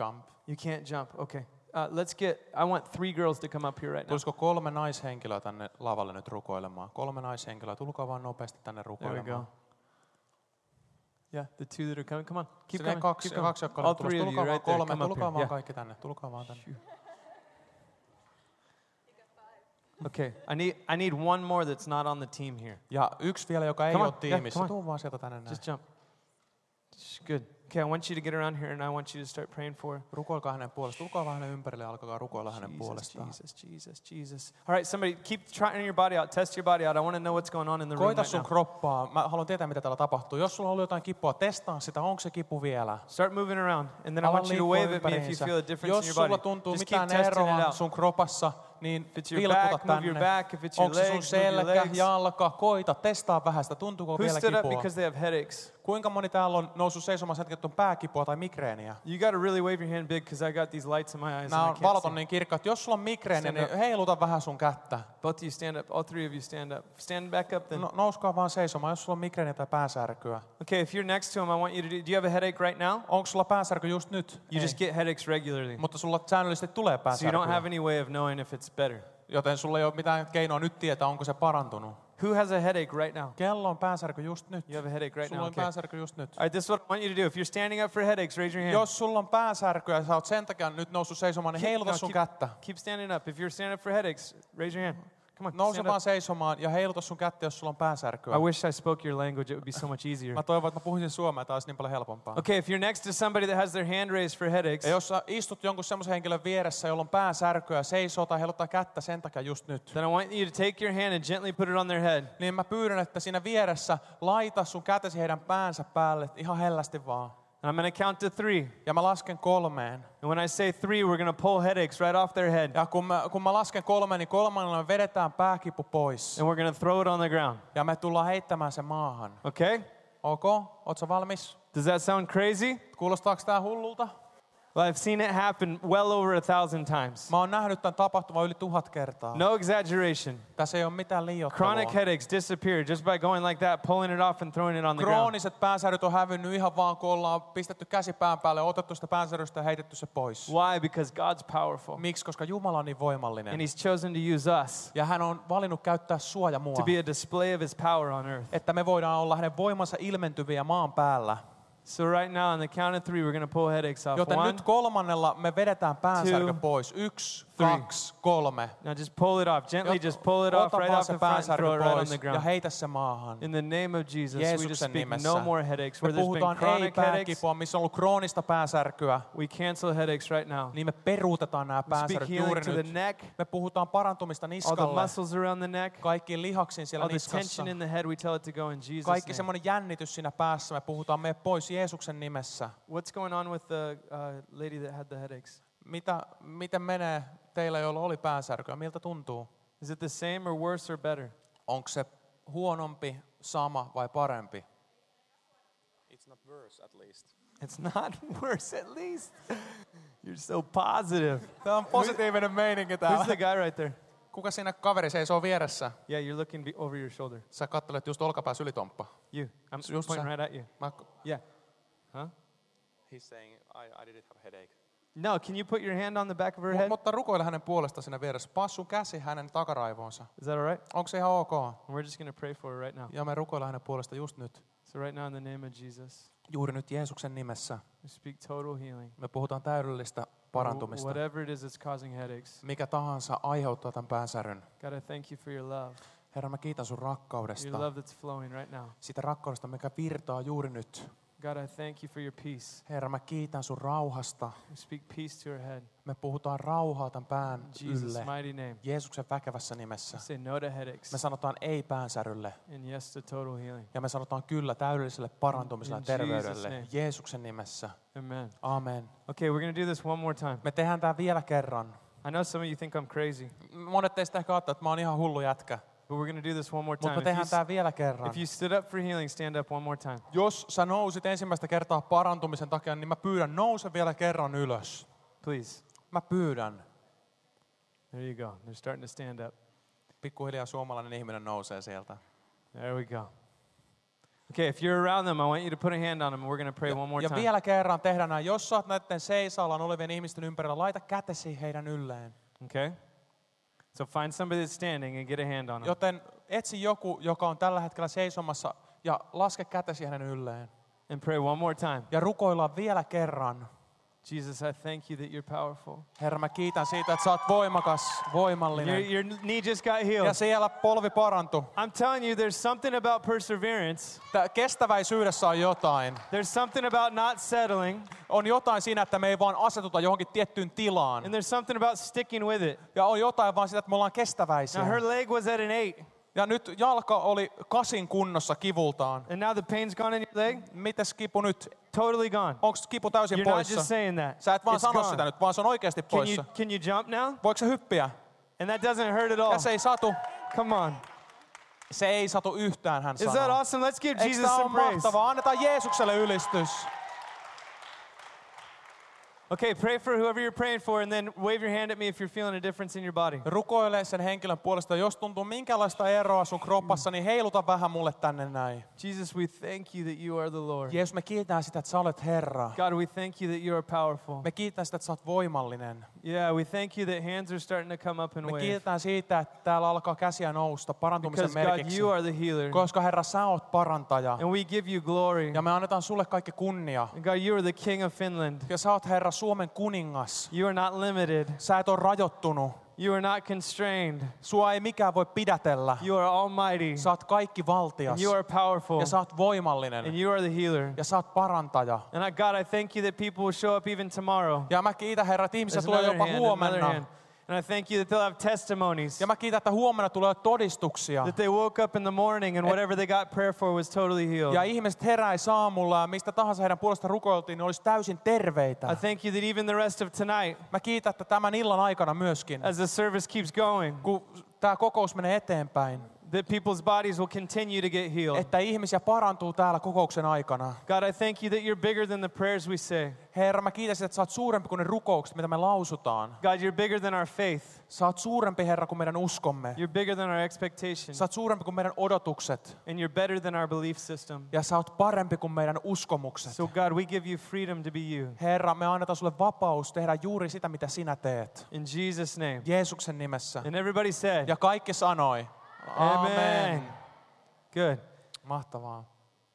C: Jump.
D: You can't jump. Okay. Uh, let's get, I want three girls to come up here right now.
C: Tulisiko kolme naishenkilöä tänne lavalle nyt rukoilemaan? Kolme naishenkilöä, tulkaa vaan nopeasti tänne
D: There we go.
C: rukoilemaan.
D: Yeah, the two that are coming. Come on. Keep
C: Sinne
D: coming.
C: kaksi,
D: keep coming.
C: kaksi, jotka
D: All
C: on tulossa.
D: three of you
C: Tulkaa vaan
D: right there.
C: kolme,
D: Come up
C: tulkaa
D: here.
C: vaan
D: Yeah.
C: kaikki tänne. Tulkaa vaan tänne.
D: Okay. I need, I need one more that's not on the team here.
C: Ja yksi vielä, joka ei
D: Come on,
C: ole
D: yeah, come
C: tiimissä.
D: on.
C: Tuu vaan sieltä tänne näin.
D: Just jump. Sh- Good. Okay, I want you to get around here and I want you to start praying for her.
C: Rukoilkaa hänen puolestaan. Tulkaa vaan hänen ympärille ja alkakaa rukoilla hänen
D: Jesus,
C: puolestaan.
D: Jesus, Jesus, Jesus. All right, somebody keep trying your body out. Test your body out. I want to know what's going on in the room
C: Koita
D: right
C: sun
D: now.
C: kroppaa. Mä haluan tietää, mitä täällä tapahtuu. Jos sulla on ollut jotain kipua, testaa sitä. Onko se kipu vielä?
D: Start moving around, and then I
C: Ala
D: want you to
C: liikkua
D: wave at me if you
C: ympäriinsä.
D: feel a difference in
C: Jos
D: your
C: sulla
D: body.
C: tuntuu
D: Just keep
C: mitään
D: testing it
C: eroa
D: out.
C: sun kropassa, niin
D: If it's your
C: vilkuta
D: back, move your
C: tänne.
D: back. If it's your
C: Onko se sun
D: legs, move your
C: selkä,
D: legs.
C: jalka? Koita, testaa vähän sitä. Tuntuuko
D: Who
C: vielä
D: stood up
C: kipua?
D: because they have headaches?
C: Kuinka moni täällä on noussut seisomaan sen takia, että on pääkipua tai migreeniä?
D: You got to really wave your hand big because I got these lights in my eyes.
C: Nämä
D: and I
C: on,
D: can't
C: valot
D: see.
C: on niin kirkkaat. Jos sulla on migreeni,
D: Stand
C: niin
D: up.
C: heiluta vähän sun kättä.
D: Both of you stand up. All three of you stand up. Stand back up then.
C: No, nouskaa vaan seisomaan, jos sulla on migreeni tai pääsärkyä.
D: Okay, if you're next to him, I want you to do. Do you have a headache right now?
C: Onko sulla pääsärky just nyt?
D: You
C: Ei.
D: just get headaches regularly.
C: Mutta sulla säännöllisesti tulee
D: So you don't have
C: pääsärkyä.
D: any way of knowing if it's better.
C: Joten sulla ei ole mitään keinoa nyt tietää, onko se parantunut.
D: Who has a headache right now?
C: Kello on pääsärky just nyt.
D: You have a headache right
C: Sulla
D: now.
C: on
D: Okay.
C: pääsärky just nyt.
D: All right, this is what I want you to do. If you're standing up for headaches, raise your hand.
C: Jos sulla on pääsärkyä ja sä oot sen takia nyt noussut seisomaan, niin
D: Keep-
C: heiluta
D: no,
C: sun
D: keep-
C: kättä.
D: Keep standing up. If you're standing up for headaches, raise your hand. Come on,
C: Nouse
D: stand
C: vaan
D: up.
C: seisomaan ja heiluta sun kättä, jos sulla on pääsärkyä.
D: I wish I spoke your language. It would be so much
C: [laughs]
D: easier.
C: Mä toivon, että mä puhuisin suomea, tämä olisi niin paljon helpompaa.
D: Okay, if you're next to somebody that has their hand raised for headaches,
C: Ja jos sä istut jonkun semmoisen henkilön vieressä, jolla on pääsärkyä, seisoo tai heiluttaa kättä sen takia just nyt,
D: then I want you to take your hand and gently put it on their head.
C: niin mä pyydän, että siinä vieressä laita sun kätesi heidän päänsä päälle ihan hellästi vaan.
D: And I'm going to count to three.
C: Ja mä lasken kolmeen.
D: And when I say three, we're going to pull headaches right off their head.
C: Ja kun mä, kun mä lasken kolmeen, niin kolmannella me vedetään pääkipu pois.
D: And we're going to throw it on the ground.
C: Ja me tullaan heittämään se maahan.
D: Okay?
C: Ok, oot sä valmis?
D: Does that sound crazy?
C: Kuulostaako tää hullulta?
D: Well, I've seen it happen well over a thousand times.
C: Mä oon nähnyt tämän tapahtuman yli tuhat kertaa.
D: No exaggeration.
C: Tässä ei ole mitään liioittelua.
D: Chronic headaches disappear just by going like that, pulling it off and throwing it on the ground.
C: Krooniset päänsärjyt on hävinnyt ihan vaan, kun ollaan pistetty käsi pään päälle, otettu sitä päänsärjystä ja heitetty se pois.
D: Why? Because God's powerful.
C: Miksi? Koska Jumala on niin voimallinen.
D: And He's chosen to use us
C: Ja hän on valinnut käyttää sua ja mua,
D: to be a display of His power on earth.
C: että me voidaan olla hänen voimansa ilmentyviä maan päällä.
D: So, right now, on the count of three, we're going to pull headaches off.
C: Joten
D: One.
C: nyt kolmannella me vedetään päänsärky
D: two,
C: pois. Yksi,
D: three.
C: kaksi, kolme.
D: Now, just pull it off. Gently,
C: Jot-
D: just pull it off
C: Ota
D: right
C: vaan
D: off
C: se
D: the front and
C: päänsärky
D: throw it right on
C: pound
D: the
C: ja
D: ground.
C: heitä se maahan.
D: In the name of Jesus, we just
C: Jeesuksen
D: speak
C: nimessä.
D: no more headaches. Where
C: Me
D: there's been
C: puhutaan ei
D: chronic headaches,
C: pääkipua, missä on ollut kroonista päänsärkyä,
D: we cancel headaches right now.
C: niin me peruutetaan nämä
D: We speak
C: päänsärkyt
D: healing
C: juuri
D: to the
C: nyt.
D: neck,
C: Me puhutaan parantumista
D: all the
C: niskalle,
D: muscles around the neck,
C: kaikkiin lihaksiin siellä
D: all the
C: niskassa.
D: tension in the head. We tell it to go in Jesus'
C: Kaikki
D: name.
C: semmoinen jännitys siinä päässä, me puhutaan me pois Jeesuksen nimessä.
D: What's going on with the uh, lady that had the headaches?
C: Mitä, miten menee teillä, joilla oli päänsärkyä? Miltä tuntuu?
D: Is it the same or worse or better? [laughs]
C: Onko se huonompi, sama vai parempi?
H: It's not worse, at least.
D: It's not [laughs] worse, at least. You're so positive.
C: Tämä on positiivinen meininki
D: Who's the guy right there?
C: Kuka siinä kaveri seisoo vieressä?
D: Yeah, you're looking be- over your shoulder.
C: Sä kattelet just olkapää ylitomppa.
D: You. I'm
C: So you're
D: pointing
C: sa-
D: right at you.
C: Mä,
D: Yeah. Huh?
H: He's saying, I, I didn't have a headache.
D: No, can you put your hand on the back of her
C: mu-
D: head?
C: mutta rukoile hänen puolestaan siinä vieressä. Passu käsi hänen takaraivoonsa.
D: Is that all right?
C: Onko se ihan ok?
D: And we're just going to pray for her right now.
C: Ja me rukoillaan hänen puolesta just nyt.
D: So, right now, in the name of Jesus,
C: Juuri nyt Jeesuksen nimessä.
D: we speak total healing.
C: Me puhutaan täydellistä
D: Wh-
C: parantumista.
D: Whatever it is that's causing headaches.
C: Mikä tahansa aiheuttaa tämän päänsäryn.
D: God, I thank you for your love.
C: Herra, mä kiitän sun
D: Your
C: rakkaudesta.
D: love that's flowing right now.
C: Sitä rakkaudesta, mikä virtaa juuri nyt.
D: God, I thank you for your peace.
C: Herra, mä kiitän sun rauhasta.
D: We speak peace to her head.
C: Me puhutaan rauhaa tämän
D: In
C: pään
D: Jesus'
C: ylle.
D: mighty name.
C: Jeesuksen väkevässä nimessä.
D: We say no to headaches
C: Me sanotaan ei päänsärylle
D: and yes to total healing.
C: ja me sanotaan kyllä täydelliselle parantumiselle ja
D: In Jesus'
C: terveydelle.
D: name.
C: Jeesuksen nimessä.
D: Amen.
C: Amen.
D: Okay, we're going to do this one more time.
C: Me tehdään tämä vielä kerran.
D: I know some of you think I'm crazy,
C: Monet teistä ehkä ajattelee, että mä oon ihan hullu jätkä.
D: but we're going to do this one more
C: Mutta me
D: time. If you,
C: tehdään
D: s-
C: tämä vielä kerran.
D: if you stood up for healing, stand up one more time.
C: Jos sä nousit ensimmäistä kertaa parantumisen takia, niin mä pyydän, nouse vielä kerran ylös.
D: Please.
C: Mä pyydän.
D: There you go. They're starting to stand up.
C: Pikkuhiljaa suomalainen ihminen nousee sieltä.
D: There we go. Okay, if you're around them, I want you to put a hand on them and we're going to pray one more
C: ja
D: time.
C: vielä kerran tehdään näin. Jos sä oot näiden seisallaan olevien ihmisten ympärillä, laita kätesi heidän ylleen.
D: Okay? So find somebody that's standing and get a hand on them.
C: Joten etsi joku, joka on tällä hetkellä seisomassa ja laske kätesi hänen ylleen.
D: And pray one more time.
C: Ja rukoillaan vielä kerran.
D: Jesus, I thank you that you're powerful.
C: Herra, mä kiitän siitä, että sä oot voimakas,
D: Your,
C: voimallinen.
D: your knee just got healed.
C: Ja siellä polvi parantui.
D: I'm telling you, there's something about perseverance.
C: Tää kestäväisyydessä on jotain.
D: There's something about not settling.
C: On jotain siinä, että me ei vaan asetuta johonkin tiettyyn tilaan.
D: And there's something about sticking with it.
C: Ja on jotain vaan sitä, että me ollaan
D: Now,
C: kestäväisiä.
D: her leg was at an eight,
C: Ja nyt jalka oli kasin kunnossa kivultaan.
D: and now the pain's gone in your leg?
C: Mitäs kipu nyt?
D: Totally gone.
C: Onko kipu täysin
D: You're not just
C: poissa?
D: saying that.
C: Sä et vaan
D: It's
C: sano
D: gone.
C: sitä nyt, vaan se on oikeasti
D: Can you,
C: poissa.
D: can you jump now?
C: Voiko se hyppiä?
D: And that doesn't hurt at all.
C: Ja se ei satu.
D: Come on.
C: Se ei satu yhtään, hän
D: Is that
C: sanoo.
D: awesome? Let's give
C: Eikö
D: Jesus
C: tää
D: some
C: on
D: praise.
C: mahtavaa? Annetaan Jeesukselle ylistys.
D: Okay, pray for whoever you're praying for, and then wave your hand at me if you're feeling a difference in your body.
C: Rukoile sen henkilön puolesta. Jos tuntuu minkälaista eroa sun kroppassa, niin heiluta vähän mulle tänne näin.
D: Jesus, we thank you that you are the Lord.
C: Jeesus, me kiitään sitä, että sä olet Herra.
D: God, we thank you that you are powerful.
C: Me kiitän sitä, että sä oot voimallinen.
D: Yeah, we thank you that hands are starting to come up and
C: Me
D: wave.
C: kiitään siitä, että täällä alkaa käsiä nousta parantumisen
D: Because God,
C: merkiksi.
D: you are the healer.
C: Koska Herra, sä oot parantaja.
D: And we give you glory.
C: Ja me annetaan sulle kaikki kunnia.
D: And God, you are the King of Finland.
C: Ja sä oot Herra Suomen kuningas.
D: You are not limited.
C: Sä et ole rajoittunut.
D: You are not constrained.
C: Sua ei mikään voi pidätellä.
D: You are almighty.
C: Sä oot kaikki valtias.
D: And you are powerful.
C: Ja sä oot voimallinen.
D: And you are the healer.
C: Ja sä oot parantaja.
D: And I, God, I thank you that people will show up even tomorrow.
C: Ja mä kiitän Herra, että ihmiset
D: There's
C: tulee
D: another
C: jopa
D: hand, another hand.
C: huomenna.
D: And I thank you that they'll have testimonies.
C: Ja mä kiitän, että huomenna tulee todistuksia.
D: That they woke up in the morning and whatever they got prayer for was totally healed.
C: Ja ihmiset heräisi aamulla ja mistä tahansa heidän puolesta rukoiltiin, ne olisi täysin terveitä.
D: I thank you that even the rest of tonight,
C: Mä kiitän, että tämän illan aikana myöskin,
D: as the service keeps going,
C: kun tämä kokous menee eteenpäin,
D: that people's bodies will continue to get healed.
C: että ihmisiä parantuu täällä kokouksen aikana.
D: God, I thank you that you're bigger than the prayers we say.
C: Herra, mä kiitän sitä, että sä oot suurempi kuin ne rukoukset, mitä me lausutaan.
D: God, you're bigger than our faith.
C: Sä oot suurempi, Herra, kuin meidän uskomme.
D: You're bigger than our expectations.
C: Sä oot suurempi kuin meidän odotukset.
D: And you're better than our belief system.
C: Ja sä oot parempi kuin meidän uskomukset.
D: So, God, we give you freedom to be you.
C: Herra, me annetaan sulle vapaus tehdä juuri sitä, mitä sinä teet.
D: In Jesus' name.
C: Jeesuksen nimessä.
D: And everybody said,
C: Ja kaikki sanoi,
D: Amen.
C: amen.
D: Good.
C: Mahtavaa.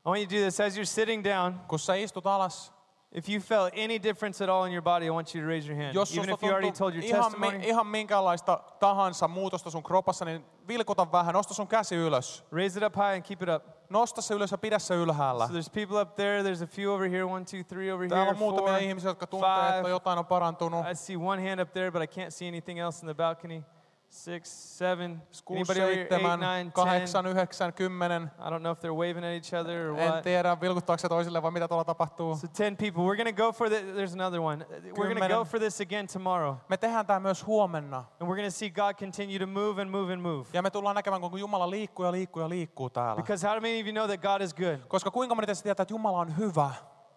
D: I want you to do this. As you're sitting down,
C: Kun sä istut alas,
D: if you felt any difference at all in your body, I want you to raise your hand.
C: jos
D: Even
C: susta
D: if you already
C: tuntuu
D: told your
C: ihan, mi-
D: testimony,
C: ihan minkäänlaista tahansa muutosta sun kropassa, niin vilkuta vähän, nosta sun käsi ylös.
D: raise it up high and keep it up.
C: Nosta se ylös ja pidä se ylhäällä.
D: So there's people up there. There's a few over here. One, two, three over
C: Täällä
D: here.
C: on muutamia
D: Four,
C: ihmisiä, jotka tuntee, että
D: five.
C: jotain on parantunut.
D: I see one hand up there, but I can't see anything else in the balcony. Six, seven.
C: Kuusi,
D: Anybody over here? Eight,
C: seitsemän,
D: nine, ten.
C: kahdeksan, yhdeksän, kymmenen.
D: I don't know if they're waving at each other or
C: En
D: what.
C: tiedä, vilkuttaako se toisille vai mitä tuolla tapahtuu.
D: So 10 people. We're going to go for the, there's another one. We're going to go
C: Kymmenen.
D: for this again tomorrow.
C: Me tehdään tämä myös huomenna.
D: And we're going to see God continue to move and move and move.
C: Ja me tullaan näkemään, kun Jumala liikkuu ja liikkuu ja liikkuu täällä.
D: Because how many of you know that God is good?
C: Koska kuinka moni teistä tietää, että Jumala on hyvä?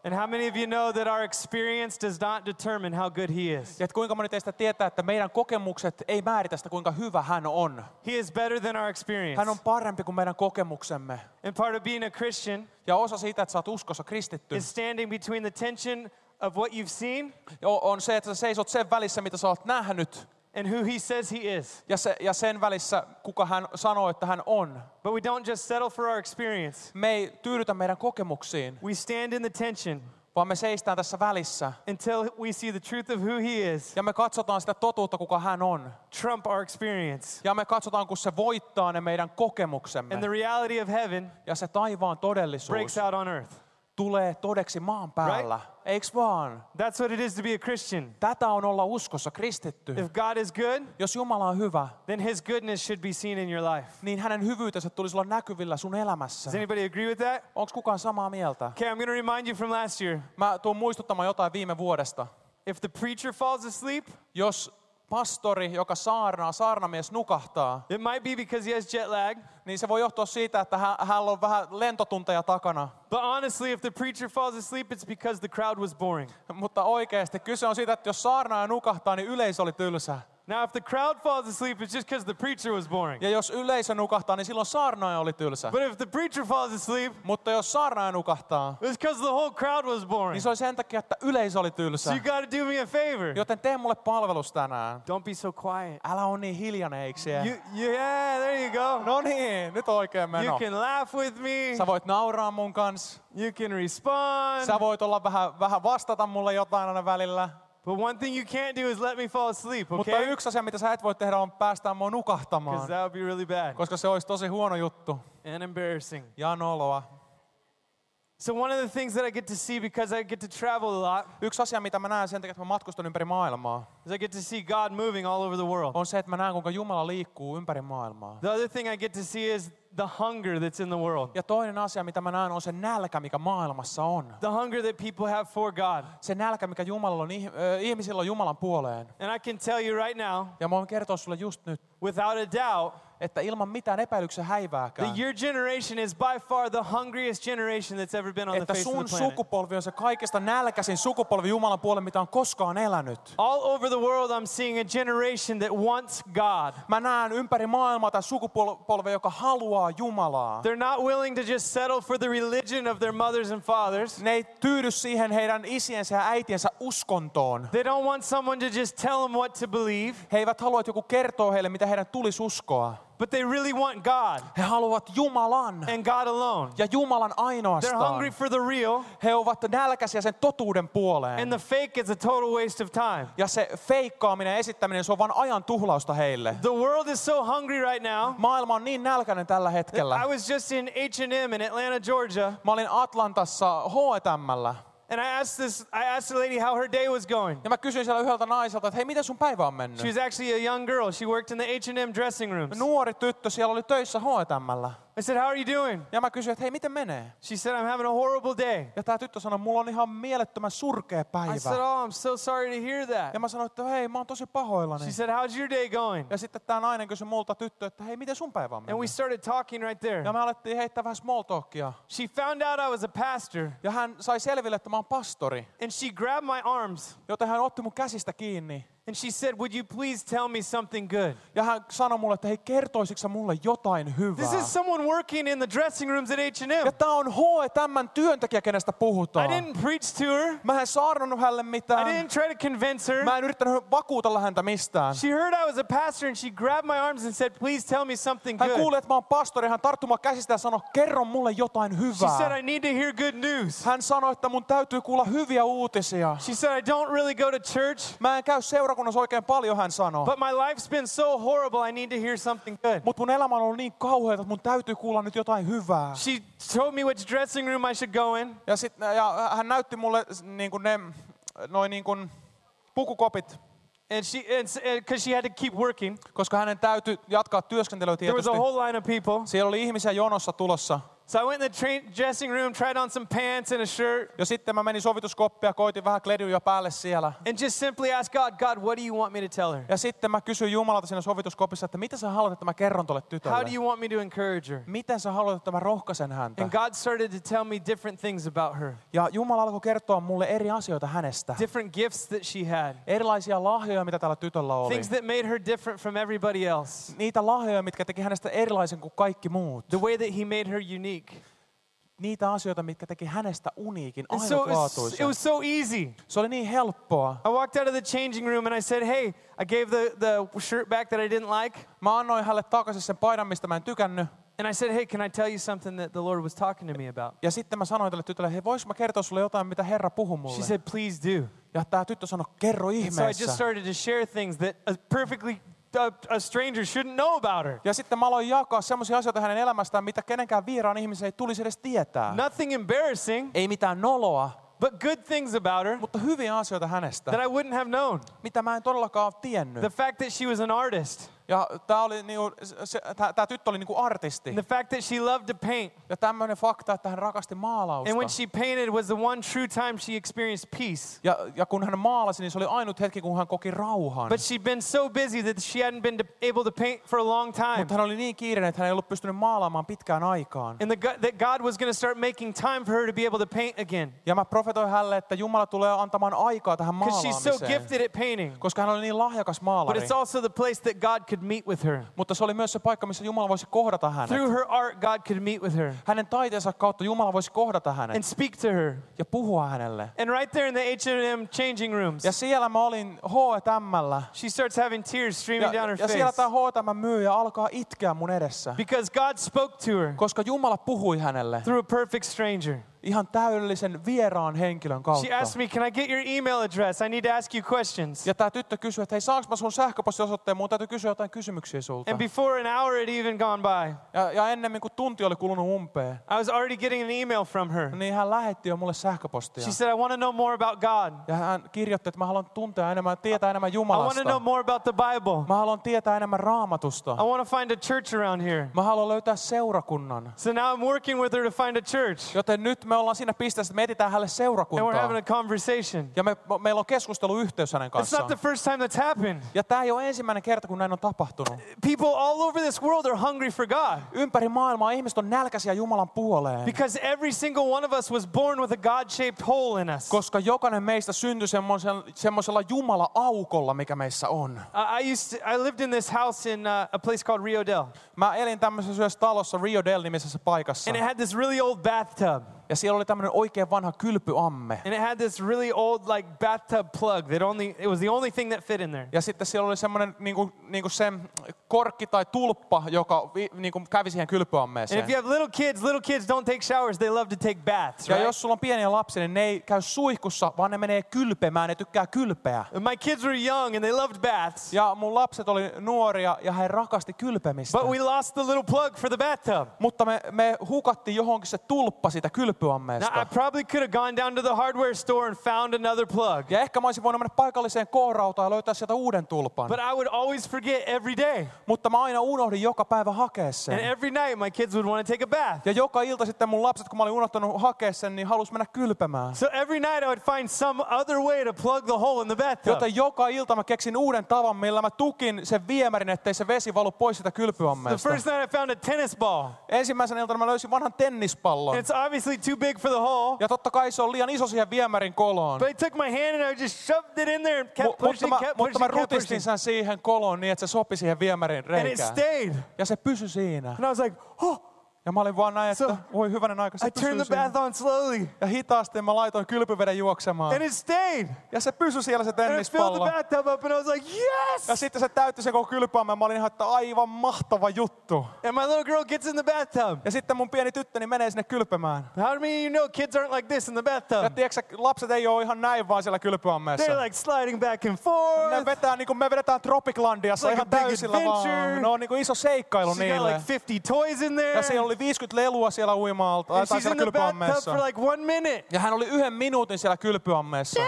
D: And how many of you know that our experience does not determine how good He is?
C: Ja että kuinka moni teistä tietää, että meidän kokemukset ei määritä sitä, kuinka hyvä hän on.
D: He is better than our experience.
C: Hän on parempi kuin meidän kokemuksemme.
D: And part of being a Christian
C: Ja osa siitä, että sä oot uskossa kristitty,
D: is standing between the tension of what you've seen
C: o- on se, että sä seisot sen välissä, mitä sä oot nähnyt,
D: and who He says He is.
C: ja, se, ja sen välissä, kuka hän sanoo, että hän on.
D: But we don't just settle for our experience,
C: Me ei tyydytä meidän kokemuksiin,
D: we stand in the tension
C: vaan me seistään tässä välissä.
D: until we see the truth of who He is
C: Ja me katsotaan sitä totuutta, kuka hän on.
D: trump our experience.
C: Ja me katsotaan, kun se voittaa ne meidän kokemuksemme.
D: And the reality of heaven
C: Ja se taivaan todellisuus
D: breaks out on earth.
C: tulee todeksi maan päällä. Eiks vaan?
D: That's what it is to be a Christian.
C: Tätä on olla uskossa kristitty.
D: If God is good,
C: Jos Jumala on hyvä,
D: then his goodness should be seen in your life.
C: niin hänen hyvyytensä tulisi olla näkyvillä sun elämässä.
D: Does anybody agree with that?
C: Onko kukaan samaa mieltä?
D: Okay, I'm going to remind you from last year.
C: Mä tuun muistuttamaan jotain viime vuodesta.
D: If the preacher falls asleep,
C: Jos pastori, joka saarnaa, saarnamies nukahtaa,
D: it might be because he has jet lag.
C: niin se voi johtua siitä, että hä- hänellä on vähän lentotunteja takana.
D: But honestly, if the preacher falls asleep, it's because the crowd was boring.
C: Mutta oikeasti kyse on siitä, että jos saarnaaja nukahtaa, niin yleisö oli tylsä.
D: Now, if the crowd falls asleep, it's just because the preacher was boring.
C: Ja jos yleisö nukahtaa, niin silloin saarnaaja oli tylsä.
D: But if the preacher falls asleep,
C: Mutta jos saarnaaja nukahtaa,
D: it's because the whole crowd was boring.
C: niin se oli sen takia, että yleisö oli tylsä.
D: So you got to do me a favor.
C: Joten tee mulle palvelus tänään.
D: Don't be so quiet.
C: Älä on niin hiljainen, eikö siellä?
D: You, yeah, there you go.
C: No niin, nyt oikein
D: You
C: meno.
D: can laugh with me.
C: Sä voit nauraa mun kans.
D: You can respond.
C: Sä voit olla vähän, vähän vastata mulle jotain aina välillä.
D: But one thing you can't do is let me fall asleep,
C: Mutta
D: okay?
C: yksi asia, mitä sä et voi tehdä, on päästää mua nukahtamaan.
D: Because that would be really bad
C: Koska se olisi tosi huono juttu.
D: and embarrassing.
C: Ja noloa.
D: So one of the things that I get to see because I get to travel a lot
C: Yksi asia, mitä mä näen sen takia, että mä matkustan ympäri maailmaa,
D: is I get to see God moving all over the world.
C: on se, että mä näen, kuinka Jumala liikkuu ympäri maailmaa.
D: The other thing I get to see is the hunger that's in the world.
C: Ja toinen asia, mitä mä näen, on se nälkä, mikä maailmassa on.
D: The hunger that people have for God.
C: Se nälkä, mikä Jumalalla on, ih- ö, ihmisillä on Jumalan puoleen.
D: And I can tell you right now,
C: Ja mä voin kertoa sulle just nyt,
D: without a doubt,
C: että ilman mitään epäilyksen häivääkään,
D: that your generation is by far the hungriest generation that's ever been on the
C: että
D: face of the
C: sun
D: planet.
C: sukupolvi on se kaikista nälkäisin sukupolvi Jumalan puoleen, mitä on koskaan elänyt.
D: All over the world, I'm seeing a generation that wants God.
C: Mä näen ympäri maailmaa tämän sukupolven, joka haluaa Jumalaa.
D: They're not willing to just settle for the religion of their mothers and fathers.
C: Ne ei tyydy siihen heidän isiensä ja äitiensä uskontoon.
D: They don't want someone to just tell them what to believe.
C: He eivät halua, että joku kertoo heille, mitä heidän tulisi uskoa.
D: but they really want God
C: He haluavat Jumalan
D: and God alone.
C: ja Jumalan
D: They're hungry
C: ainoastaan.
D: for the real,
C: He ovat nälkäisiä sen totuuden puoleen.
D: and the fake is a total waste of time.
C: Ja se feikkaaminen ja esittäminen, se on vain ajan tuhlausta heille.
D: The world is so hungry right now.
C: Maailma on niin nälkäinen tällä hetkellä.
D: I was just in H&M in Atlanta, Georgia,
C: Mä olin Atlantassa H&Mllä.
D: and I asked this I asked the lady how her day was going.
C: Ja mä kysyin siellä yhdeltä naiselta, että hei, miten sun päivä on mennyt?
D: She was actually a young girl. She worked in the H&M dressing rooms.
C: Nuori tyttö siellä oli töissä H&Mllä.
D: I said, "How are you doing?"
C: Ja mä kysyin, että hei, miten menee?
D: She said, "I'm having a horrible day."
C: Ja tää tyttö sanoi, mulla on ihan mielettömän surkea
D: I said,
C: päivä.
D: "Oh, I'm so sorry to hear that."
C: Ja mä sanoin, että hei, mä oon tosi
D: She
C: pahoillani.
D: said, "How's your day going?"
C: Ja sitten tää nainen kysyi multa tyttö, että hei, miten sun päivä on
D: And we
C: mennyt?
D: started talking right there.
C: Ja me alettiin heittää vähän small talkia.
D: She found out I was a pastor,
C: Ja hän sai selville, että mä oon pastori.
D: and she grabbed my arms
C: Joten hän otti mun käsistä kiinni.
D: and she said, "Would you please tell me something good?"
C: Ja hän sanoi mulle, että hei, kertoisitko sä mulle jotain hyvää?
D: This is someone working in the dressing rooms at H&M.
C: Ja tää on H&Mn työntekijä, kenestä
D: I
C: puhutaan.
D: didn't preach to her.
C: Mä en saarnannut hänelle
D: I
C: mitään.
D: didn't try to convince her.
C: Mä en yrittänyt vakuutella häntä mistään.
D: She heard I was a pastor and she grabbed my arms and said, "Please tell me something
C: Hän
D: good."
C: kuuli, että mä oon pastori. Hän tarttui mua käsistä ja sanoi, kerro mulle jotain
D: She said, "I
C: hyvää.
D: need to hear good news."
C: Hän sanoi, että mun täytyy kuulla hyviä uutisia.
D: She said, "I don't really go to church,
C: Mä en käy seurakunnassa oikein paljon, hän sanoi.
D: but my life's been so horrible. I need to hear something good."
C: Mutta mun elämä on ollut niin kauheata, että mun täytyy kuulla nyt jotain hyvää.
D: She told me which dressing room I should go in.
C: Ja, sit, ja hän näytti mulle s- niin kuin ne, noin niin kuin pukukopit,
D: And she, because she had to keep working,
C: koska hänen täytyy jatkaa työskentelyä
D: there was
C: tietysti.
D: a whole line of people.
C: Siellä oli ihmisiä jonossa tulossa.
D: So I went in the train, dressing room, tried on some pants and a shirt,
C: Ja sitten mä menin sovituskoppia, koitin vähän kledyjä päälle siellä.
D: and just simply asked God, God, what do you want me to tell her?
C: Ja sitten mä kysyin Jumalalta siinä sovituskopissa, että mitä sä haluat, että mä kerron tuolle
D: How do
C: tytölle?
D: you want me to encourage her?
C: Miten sä haluat, että mä rohkaisen häntä?
D: And God started to tell me different things about her,
C: Ja Jumala alkoi kertoa mulle eri asioita hänestä.
D: different gifts that she had,
C: Erilaisia lahjoja, mitä tällä tytöllä oli.
D: things that made her different from everybody else,
C: Niitä lahjoja, mitkä teki hänestä erilaisen kuin kaikki muut.
D: the way that He made her unique.
C: Niitä asioita, mitkä teki hänestä uniikin,
D: And so it was, it
C: ainutlaatuisen.
D: was so easy.
C: Se oli niin helppoa.
D: I walked out of the changing room and I said, Hey, I gave the, the shirt back that I didn't like.
C: Mä annoin hänelle takaisin sen paidan, mistä mä en tykännyt.
D: And I said, Hey, can I tell you something that the Lord was talking to me about?
C: Ja sitten mä sanoin tälle tytölle, hei, vois mä kertoa sulle jotain, mitä Herra puhuu
D: She
C: mulle?
D: said, Please do.
C: ja tää tyttö sanoi, kerro
D: So I just
C: ihmeessä.
D: started to share things that a perfectly a, a stranger shouldn't know about her.
C: Ja sitten mä aloin jakaa semmoisia asioita hänen elämästään, mitä kenenkään vieraan ihmisen ei tulisi edes tietää.
D: Nothing embarrassing,
C: Ei mitään noloa,
D: but good things about her
C: mutta hyviä asioita hänestä,
D: that I wouldn't have known.
C: mitä mä en todellakaan ole tiennyt.
D: The fact that she was an artist,
C: Ja tää, oli niinku, se, tää, tää tyttö oli niinku artisti.
D: and the fact that she loved to paint,
C: Ja tämmöinen fakta, että hän rakasti
D: and when
C: maalausta.
D: she painted was the one true time she experienced peace.
C: Ja, ja kun hän maalasi, niin se oli ainut hetki, kun hän koki rauhan.
D: But she'd been so busy that she hadn't been to- able to paint for a long time.
C: Mutta hän oli niin kiireinen, että hän ei ollut pystynyt maalaamaan pitkään aikaan.
D: And the, go- that God was going to start making time for her to be able to paint again.
C: Ja mä profetoin hänelle, että Jumala tulee antamaan aikaa tähän
D: Because she's so
C: maalaamiseen.
D: gifted at painting.
C: Koska hän oli niin lahjakas
D: But
C: maalari.
D: it's also the place that God could meet with her.
C: Mutta se oli myös se paikka, missä Jumala voisi kohdata hänet.
D: Through her art, God could meet with her
C: Hänen taiteensa kautta Jumala voisi kohdata hänet
D: and speak to her.
C: ja puhua hänelle.
D: And right there in the H&M changing rooms,
C: Ja siellä mä olin H&Mllä.
D: she starts having tears streaming
C: Ja,
D: down her
C: ja siellä
D: face
C: tämä H&M myyjä alkaa itkeä mun edessä.
D: because God spoke to her
C: Koska Jumala puhui hänelle
D: through a perfect stranger.
C: ihan täydellisen vieraan henkilön kautta.
D: She asked me, "Can I get your email address? I need to ask you questions."
C: Ja tämä tyttö kysyi, että hei saanko mä sun sähköpostiosoitteen, mun täytyy kysyä jotain kysymyksiä sulta.
D: And before an hour had even gone by,
C: Ja, ja ennemmin kuin tunti oli kulunut umpeen,
D: I was already getting an email from her.
C: niin hän lähetti jo mulle sähköpostia.
D: She said, "I want to know more about God.
C: Ja hän kirjoitti, että mä haluan tuntea enemmän, tietää enemmän
D: I want to know
C: Jumalasta.
D: more about the Bible.
C: Mä haluan tietää enemmän raamatusta.
D: I want to find a church around here."
C: Mä haluan löytää seurakunnan.
D: So now I'm working with her to find a church,
C: Joten nyt me ollaan siinä pisteessä, että me etsitään hälle
D: and we're
C: seurakuntaa.
D: having a conversation.
C: Ja me, meillä on keskusteluyhteys hänen
D: It's not
C: kanssaan.
D: the first time that's happened.
C: Ja tämä ei ole ensimmäinen kerta, kun näin on tapahtunut.
D: People all over this world are hungry for God
C: Ympäri maailmaa ihmiset on nälkäisiä Jumalan puoleen.
D: because every single one of us was born with a God shaped hole in us.
C: Koska jokainen meistä syntyi semmoisella, semmoisella Jumala-aukolla, mikä meissä on.
D: I I used to, I lived in this house in uh, a place called Rio Del,
C: Mä elin tämmöisessä yhdessä talossa Rio Del-nimisessä paikassa.
D: and it had this really old bathtub.
C: Ja siellä oli tämmöinen oikein vanha kylpyamme.
D: And it had this really old like bathtub plug that only it was the only thing that fit in there.
C: Ja sitten siellä oli semmoinen niin kuin, niin kuin se korkki tai tulppa, joka vi, niin kuin kävi siihen
D: And
C: kylpyammeeseen.
D: if you have little kids, little kids don't take showers. They love to take baths,
C: Ja
D: right?
C: jos sulla on pieniä lapsia, niin ne ei käy suihkussa, vaan ne menee kylpemään, ne tykkää kylpeä.
D: My kids were young and they loved baths,
C: Ja mun lapset oli nuoria ja he rakasti kylpemistä.
D: but we lost the little plug for the bathtub.
C: Mutta me, me hukattiin johonkin se tulppa siitä
D: Now,
C: kylpyammeesta.
D: I probably could have gone down to the hardware store and found another plug,
C: Ja ehkä mä olisin voinut mennä paikalliseen koorautaan ja löytää sieltä uuden tulpan.
D: but I would always forget every day.
C: Mutta mä aina unohdin joka päivä hakea sen.
D: And every night, my kids would want to take a bath.
C: Ja joka ilta sitten mun lapset, kun mä olin unohtanut hakea sen, niin halus mennä kylpemään.
D: So every night, I would find some other way to plug the hole in the bathtub.
C: Joten joka ilta mä keksin uuden tavan, millä mä tukin sen viemärin, ettei se vesi valu pois sitä
D: The
C: kylpyammeesta.
D: first night, I found a tennis ball.
C: Ensimmäisenä iltana mä löysin vanhan tennispallon.
D: It's obviously too big for the hole,
C: Ja totta kai se on liian iso siihen viemärin koloon.
D: but I took my hand and I just shoved it in there and
C: Mu-
D: kept
C: mutta,
D: pushing,
C: mä,
D: kept
C: mutta
D: pushing,
C: mä
D: kept pushing.
C: rutistin sen siihen koloon niin, että se sopi siihen viemärin
D: And it
C: reikään.
D: stayed.
C: Ja se pysyi siinä.
D: And I was like, oh,
C: Ja mä olin vaan näin, että
D: So,
C: voi hyvänen aika,
D: I
C: se
D: turned the
C: pysyy siinä.
D: bath on slowly.
C: Ja hitaasti mä laitoin kylpyveden juoksemaan.
D: And it stayed.
C: Ja se pysyi siellä se
D: And I filled the
C: tennispallo.
D: bathtub up and I was like,
C: Ja
D: yes!
C: sitten se täytti sen koko kylpyammen. Mä olin ihan, että aivan mahtava juttu.
D: And my little girl gets in the bathtub.
C: Ja sitten mun pieni tyttöni menee sinne kylpemään.
D: How many of you know kids aren't like this in the
C: Ja
D: bathtub?
C: tiedätkö, lapset ei ole ihan näin vaan siellä kylpyammeessa.
D: They're like sliding back and
C: Ne
D: forth.
C: vetää niin kuin me vedetään Tropiclandiassa
D: Like a
C: ihan
D: big
C: täysillä
D: adventure.
C: vaan. No on niin kuin iso seikkailu
D: She's got
C: niille.
D: like 50 toys in there.
C: Ja siellä oli 50 lelua siellä uimaalta, tai
D: And she's
C: siellä
D: in the bathtub
C: kylpyammeessa.
D: for like one minute.
C: Ja hän oli yhden minuutin siellä kylpyammeessa.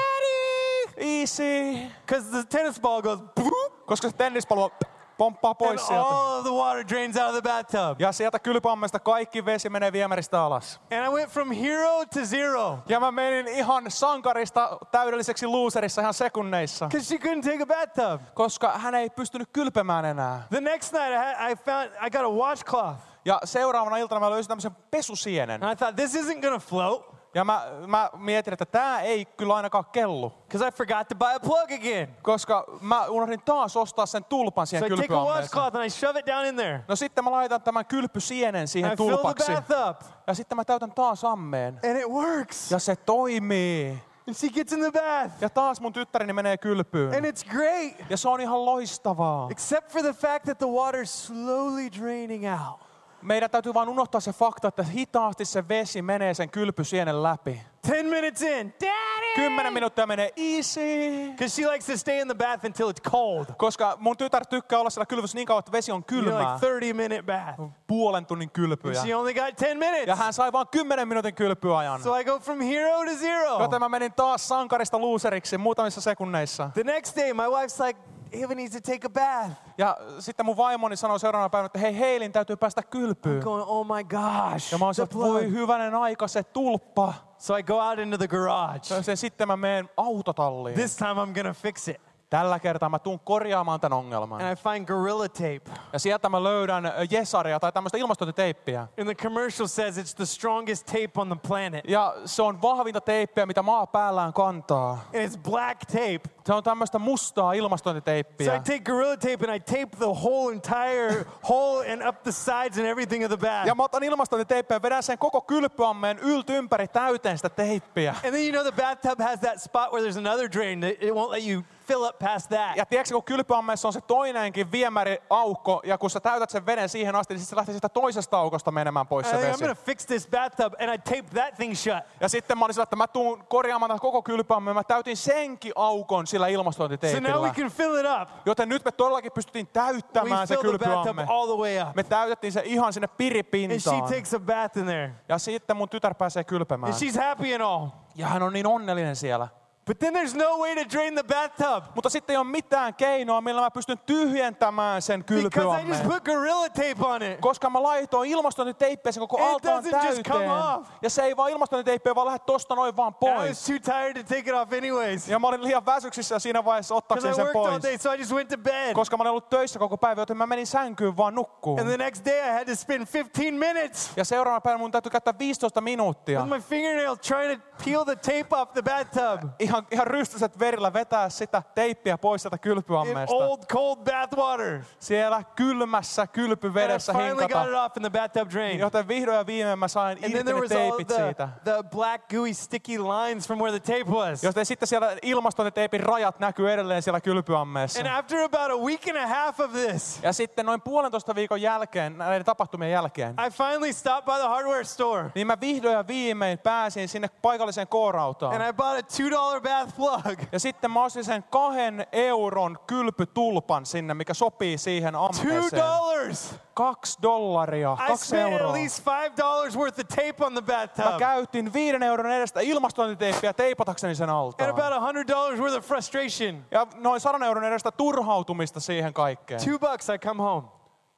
C: Easy.
D: Because the tennis ball goes boop.
C: Koska se tennispallo pomppaa
D: And
C: pois sieltä.
D: all of the water drains out of the bathtub.
C: Ja sieltä kylpyammeesta kaikki vesi menee viemäristä alas.
D: And I went from hero to zero.
C: Ja mä menin ihan sankarista täydelliseksi loserissa ihan sekunneissa.
D: Because she couldn't take a bathtub.
C: Koska hän ei pystynyt kylpemään enää.
D: The next night, I, had, I found I got a washcloth,
C: Ja seuraavana iltana mä löysin tämmöisen pesusienen.
D: and I thought this isn't gonna float
C: Ja mä, mä mietin, että tää ei kyllä ainakaan kellu.
D: because I forgot to buy a plug again.
C: Koska mä unohdin taas ostaa sen tulpan
D: So I
C: siihen
D: take a
C: kylpyammeeseen.
D: washcloth and I shove it down in there.
C: No sitten mä laitan tämän kylpysienen
D: And I
C: siihen
D: fill the
C: tulpaksi.
D: bath up,
C: Ja sitten mä täytän taas ammeen.
D: and it works.
C: Ja se toimii.
D: And she gets in the bath,
C: Ja taas mun tyttäreni menee
D: and
C: kylpyyn.
D: it's great,
C: Ja se on ihan loistavaa.
D: except for the fact that the water's slowly draining out.
C: Meidän täytyy vain unohtaa se fakta, että hitaasti se vesi menee sen kylpysienen läpi.
D: Ten minutes in, daddy,
C: Kymmenen minuuttia menee easy.
D: because she likes to stay in the bath until it's cold.
C: Koska mun tytär tykkää olla siellä kylvyssä niin kauan, että vesi on
D: You know,
C: kylmää.
D: like 30 minute bath.
C: Oh, Puolen tunnin kylpyjä.
D: She only got 10
C: Ja
D: minutes.
C: hän sai vain 10 minuutin kylpyajan.
D: So I go from hero to zero.
C: Joten mä menin taas sankarista luuseriksi muutamissa sekunneissa.
D: The next day, my wife's like, Ava needs to take a bath.
C: Ja sitten mun vaimoni sanoi seuraavana päivänä, että hei Heilin täytyy päästä kylpyyn.
D: Going, oh my gosh.
C: Ja mä
D: the
C: oon sieltä, voi
D: plug."
C: hyvänen aika, se tulppa.
D: So I go out into the garage.
C: Ja Sen sitten mä menen autotalliin.
D: This time I'm gonna fix it.
C: Tällä kertaa mä tuun korjaamaan tämän ongelman.
D: And I find Gorilla Tape.
C: Ja sieltä mä löydän ö, jesaria tai tämmöistä ilmastointiteippiä.
D: And the commercial says it's the strongest tape on the planet.
C: Ja se on vahvinta teippiä, mitä maa päällään kantaa.
D: And it's black tape.
C: Se on tämmöistä mustaa
D: So I
C: ilmastointiteippiä.
D: take Gorilla Tape and I tape the whole entire [laughs] hole and up the sides and everything of the bath.
C: Ja mä otan ilmastointiteippiä ja vedän sen koko kylpyammeen ylty ympäri täyteen sitä teippiä.
D: And then you know the bathtub has that spot where there's another drain that it won't let you fill up past that.
C: Ja tiedätkö, kun kylpyammeessa on se toinenkin viemäriaukko, ja kun sä täytät sen veden siihen asti, niin sitten se lähtee siitä toisesta aukosta menemään pois se
D: I think, I'm
C: vesi.
D: gonna fix this bathtub and I tape that thing shut.
C: Ja sitten mä olin sillä, että mä tuun korjaamaan tämän koko kylpyammeen, mä täytin senkin aukon sillä
D: So now we
C: ilmastointiteipillä.
D: can fill it up.
C: Joten nyt me todellakin pystyttiin
D: We
C: täyttämään se
D: fill the bathtub
C: kylpyamme.
D: all the way up.
C: Me täytettiin se ihan sinne
D: And she
C: piripintaan.
D: takes a bath in there.
C: Ja sitten mun tytär pääsee kylpemään.
D: And she's happy and all.
C: Ja hän on niin onnellinen siellä.
D: But then there's no way to drain the bathtub.
C: Mutta sitten ei ole mitään keinoa, millä mä pystyn tyhjentämään sen
D: Because I just
C: kylpyammeen.
D: put gorilla tape on it.
C: Koska mä laitoin ilmastointiteippiä sen koko
D: It
C: altaan
D: doesn't just come
C: täyteen.
D: off.
C: Ja se ei vaan ilmastointiteippiä, vaan lähde tosta noin vaan
D: And I was
C: pois.
D: too tired to take it off anyways.
C: Ja mä olin liian väsyksissä siinä vaiheessa
D: Because
C: ottaakseni
D: I
C: sen
D: worked all
C: pois.
D: day, so I just went to bed.
C: Koska mä olin ollut töissä koko päivä, joten mä menin sänkyyn vaan nukkuun.
D: And the next day I had to spend 15 minutes
C: Ja seuraavana päivänä mun täytyy käyttää 15 minuuttia.
D: with my fingernail trying to peel the tape off the bathtub.
C: ihan, ihan rystyset verillä vetää sitä teippiä pois sieltä
D: in
C: kylpyammeesta.
D: old cold bath water.
C: Siellä kylmässä
D: And I
C: kylpyvedessä
D: finally got it
C: hinkata.
D: off in the bathtub drain.
C: Joten vihdoin ja viimein mä
D: And
C: sain
D: then
C: irti
D: there
C: ne
D: was all
C: teipit
D: the,
C: siitä.
D: the black gooey sticky lines from where the tape was.
C: Joten sitten siellä ilmastointiteipin rajat näkyy edelleen siellä kylpyammeessa.
D: And after about a week and a half of this,
C: Ja sitten noin puolentoista viikon jälkeen, näiden tapahtumien jälkeen,
D: I finally stopped by the hardware store
C: niin mä vihdoin ja viimein pääsin sinne paikalliseen koorautaan.
D: and I bought a $2 bath plug.
C: Ja sitten mä ostin sen kahden euron kylpytulpan sinne, mikä sopii siihen
D: Two
C: ammeeseen.
D: dollars.
C: Kaksi dollaria,
D: I
C: kaksi
D: spent at
C: euroa.
D: least five dollars worth of tape on the
C: Mä
D: bathtub,
C: käytin viiden euron edestä ilmastointiteippiä teipatakseni sen
D: and
C: altaan.
D: about a hundred dollars worth of frustration.
C: Ja noin sadan euron edestä turhautumista siihen kaikkeen.
D: Two bucks, I come home,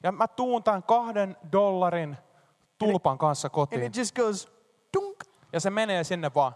C: Ja mä tuun tämän kahden dollarin tulpan kanssa
D: and
C: kotiin.
D: it just goes, dunk,
C: Ja se menee sinne vaan.